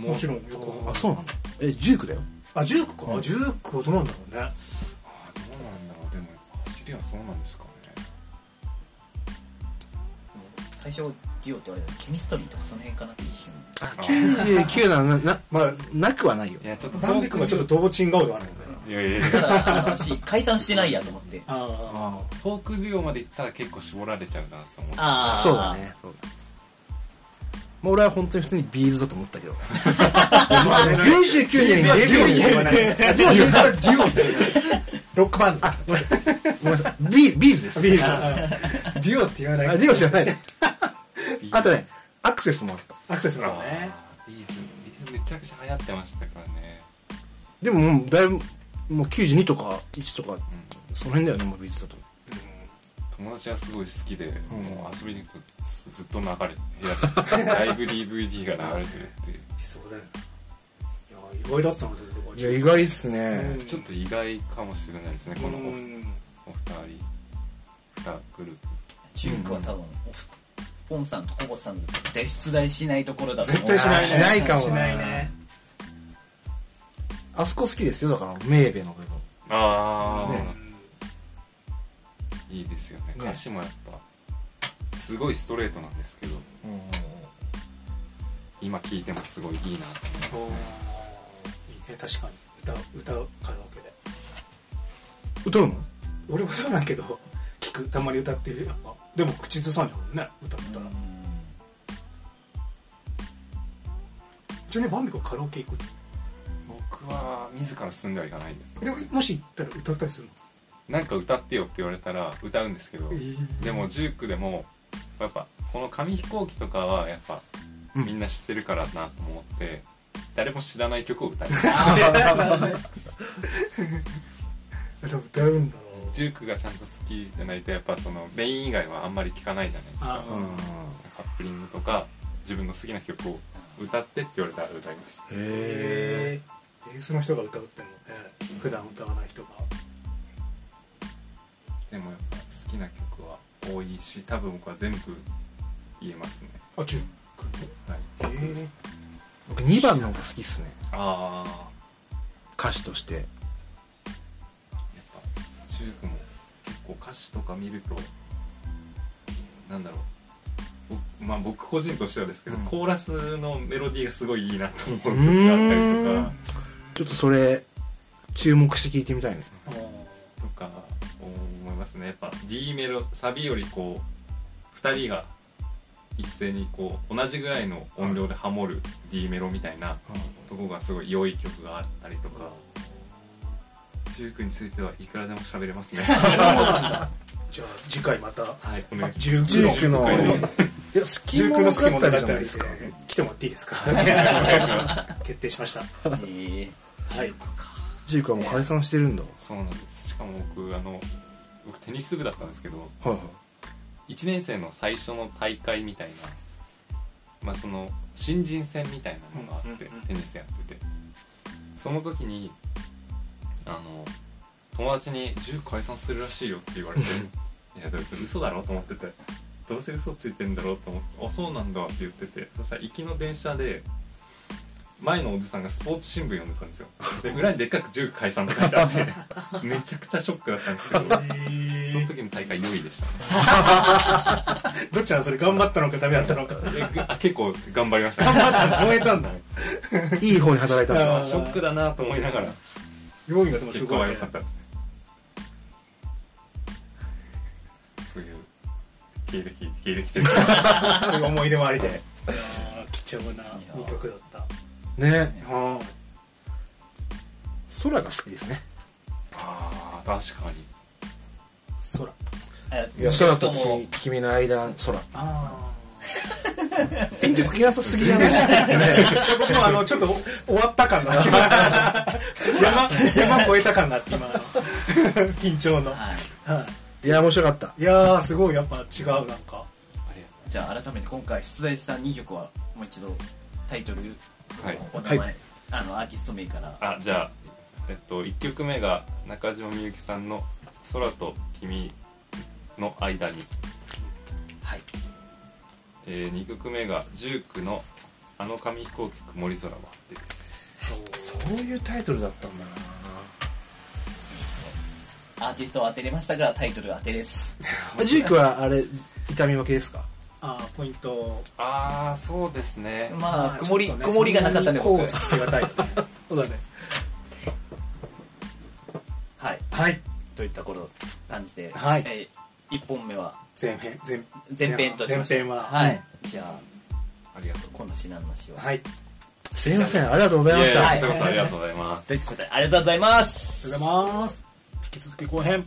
Speaker 3: ーもちろん
Speaker 4: ん
Speaker 3: よく
Speaker 5: なあそうなんだえジューク だよ
Speaker 3: あジュークかあジュークはどうなんだろうね
Speaker 4: あどうなんだろうでもやっぱ走りはそうなんですかね
Speaker 1: 最初デュオって言われたらケミストリーとかその辺かなって一瞬
Speaker 5: あ99なのな
Speaker 3: まあ
Speaker 5: なくはないよ
Speaker 4: いやちょっと
Speaker 3: ダンベ君はちょっと同チン顔ではないよね
Speaker 4: いやいやい
Speaker 1: た
Speaker 4: や
Speaker 1: だあの私解散してないやと思って
Speaker 3: あ
Speaker 5: あ
Speaker 4: フォークデュオまで行ったら結構絞られちゃうなと思って
Speaker 1: あ
Speaker 5: あそうだねそうだまあ俺は本当に普通にビーズだと思ったけどま あ99年にデビューに
Speaker 3: 言わないデュオロックバンド
Speaker 5: あごめんなさいごめんなさいビービーズです
Speaker 3: ビールデュオって言わな
Speaker 5: あ
Speaker 3: い
Speaker 5: ディオじゃないあとねアクセスもあった
Speaker 3: アクセスなのね
Speaker 4: あービーズビーズめちゃくちゃ流行ってましたからね
Speaker 5: でももうだいぶもう92とか1とか
Speaker 4: うん
Speaker 5: その辺だよねもうビーズだと
Speaker 4: 友達がすごい好きで、
Speaker 5: ん
Speaker 4: もう遊びに行くとずずっと流れて部屋 でライブ DVD が流れてるっていう
Speaker 3: そうだよいや意外だったの
Speaker 5: いや意外っすね
Speaker 4: ちょっと意外かもしれないですねこのお二お二人二グループ
Speaker 1: ジュークは多分オフポンさんとコボさんで出題しないところだと思
Speaker 3: 絶
Speaker 1: う
Speaker 3: 対しないね
Speaker 5: しないかもな
Speaker 3: しないね
Speaker 5: あそこ好きですよだからメーベの部分
Speaker 4: ああ、
Speaker 5: ね
Speaker 4: いいですよね
Speaker 5: ね
Speaker 4: 歌詞もやっぱすごいストレートなんですけど
Speaker 5: う
Speaker 4: 今聴いてもすごいいいなと思います
Speaker 3: おー
Speaker 4: ね
Speaker 3: いいね確かに歌う歌うカラオケで
Speaker 5: ん歌うの
Speaker 3: 俺もそうなんけど聞くたまに歌ってるやっぱでも口ずさんじゃもんね歌ったら
Speaker 1: うん
Speaker 3: ちなみにバンビ君はカラオケ行く
Speaker 4: 僕は自ら進んではいかないんです
Speaker 3: でももし行ったら歌ったりする
Speaker 4: なんか歌ってよって言われたら歌うんですけど
Speaker 3: の、
Speaker 4: でもジュークでもやっぱこの紙飛行機とかはやっぱ
Speaker 5: うん
Speaker 4: みんな知ってるからなと思って、誰も知らない曲を歌い
Speaker 3: 多分歌うんだろう
Speaker 4: ジュークがちゃんと好きじゃないとやっぱそのメイン以外はあんまり聴かないじゃないですか
Speaker 3: あー
Speaker 4: カップリングとか自分の好きな曲を歌ってって言われたら歌います
Speaker 5: へえ
Speaker 3: ベースの人が歌うってのね普段歌わない人が
Speaker 4: でもやっぱ好きな曲は多いし多分僕は全部言えますね
Speaker 3: あジュン
Speaker 4: はい
Speaker 3: 君え
Speaker 5: 僕2番の方が好きっすね
Speaker 4: ああ
Speaker 5: 歌詞として
Speaker 4: やっぱ中国も結構歌詞とか見るとなんだろう僕,、まあ、僕個人としてはですけど、
Speaker 5: うん
Speaker 4: コーラスのメロディーがすごいいいなと思う曲があったり
Speaker 5: ちょっとそれ注目して聞いてみたいね
Speaker 3: あー
Speaker 4: とかとか思いますねやっぱ D メロサビよりこう2人が一斉にこう同じぐらいの音量でハモる D メロみたいなとこがすごい良い曲があったりとか中国についてはいくらでも喋れ ますねは
Speaker 3: じゃあ次回また
Speaker 4: いお願いします
Speaker 3: ジュン
Speaker 5: ジュ
Speaker 3: 君
Speaker 5: ークのいや好き
Speaker 3: ジュン君
Speaker 5: も
Speaker 3: の
Speaker 5: の
Speaker 3: 好き
Speaker 5: だ
Speaker 3: も
Speaker 5: った
Speaker 3: なか
Speaker 5: り
Speaker 3: っ
Speaker 5: じゃ
Speaker 3: た
Speaker 5: な
Speaker 3: り
Speaker 5: いで
Speaker 3: ですす
Speaker 5: か
Speaker 3: か来てもらっていい ですか決定しましたは
Speaker 1: え
Speaker 3: い
Speaker 5: ジュークはもう解散してるんだ
Speaker 4: そうなんですしかも僕あの僕テニス部だったんですけど
Speaker 5: はいはい
Speaker 4: 1年生の最初の大会みたいな、まあ、その新人戦みたいなのがあって、
Speaker 3: うんうんうん
Speaker 4: テニスやっててその時にあの友達に「10解散するらしいよ」って言われて 「いやだって嘘だろ?」と思ってて「どうせ嘘ついてんだろ?」と思って「あそうなんだ」って言っててそしたら行きの電車で前のおじさんがスポーツ新聞読んでたんですよで裏にでっかく「10解散」って書いてあって めちゃくちゃショックだったんですけどその時の大会4位でしたね
Speaker 3: どっちなのそれ頑張ったのかダメだったのか
Speaker 4: えぐあ結構頑張りました、ね、
Speaker 3: 燃えたんだ
Speaker 5: いい方に働いたん
Speaker 3: あ
Speaker 5: だ
Speaker 4: あショックだなと思いながら
Speaker 3: 4位がでもす
Speaker 4: 結
Speaker 3: ご
Speaker 4: 構
Speaker 3: いね
Speaker 4: 良かったですねそういう経歴経歴というか
Speaker 3: そういう思い出もありであー貴重な2曲だった
Speaker 5: ね
Speaker 3: は
Speaker 5: 空が好きですね
Speaker 4: ああ確かに
Speaker 3: い空
Speaker 1: ー
Speaker 5: いや空と
Speaker 1: も
Speaker 5: 君君の間空
Speaker 3: あ
Speaker 5: 全然聞きなさすぎじゃないね
Speaker 3: あ僕もあのちょっと終わった 感が山山越えた感があって今緊張の、
Speaker 1: はい
Speaker 3: はい
Speaker 5: や面白かった
Speaker 3: い、いやーすごいやっぱ違うなんか
Speaker 1: いじゃあ改めて今回出題した2曲はもう一度タイトル
Speaker 4: はい
Speaker 1: お名前、
Speaker 5: はい
Speaker 1: あのアーティスト名から
Speaker 4: あじゃあえっと1曲目が中島みゆきさんの「空と君の間に
Speaker 1: はい」
Speaker 4: え2曲目がジュークの「あの紙飛行機曇り空は」です
Speaker 5: そういうタイトルだったんだな
Speaker 1: アーティストを当てれましたがタイトルは当てです
Speaker 5: あジュークはあれ痛み分けですか
Speaker 3: あーポイント
Speaker 4: ああそうですね
Speaker 1: まあ
Speaker 3: ー
Speaker 1: 曇り、
Speaker 3: ちょとね
Speaker 1: 曇りがなかったんで
Speaker 3: そん
Speaker 1: 僕
Speaker 3: なにこうつけがたい そうだね
Speaker 1: はい
Speaker 3: はい
Speaker 1: といった頃感じで、
Speaker 3: はい
Speaker 1: えー、1本目は
Speaker 3: 前編前
Speaker 1: 前編としました
Speaker 3: 前編は
Speaker 1: はい、
Speaker 5: うん
Speaker 1: じゃ
Speaker 4: ありがとう
Speaker 1: あ今度指南の詩は
Speaker 3: はいありが
Speaker 5: すいませんありがとうございまし
Speaker 4: いや
Speaker 5: た
Speaker 4: いやこちらこそありがとうございます
Speaker 1: ということでありがとうございます
Speaker 3: とうございます引き続き後編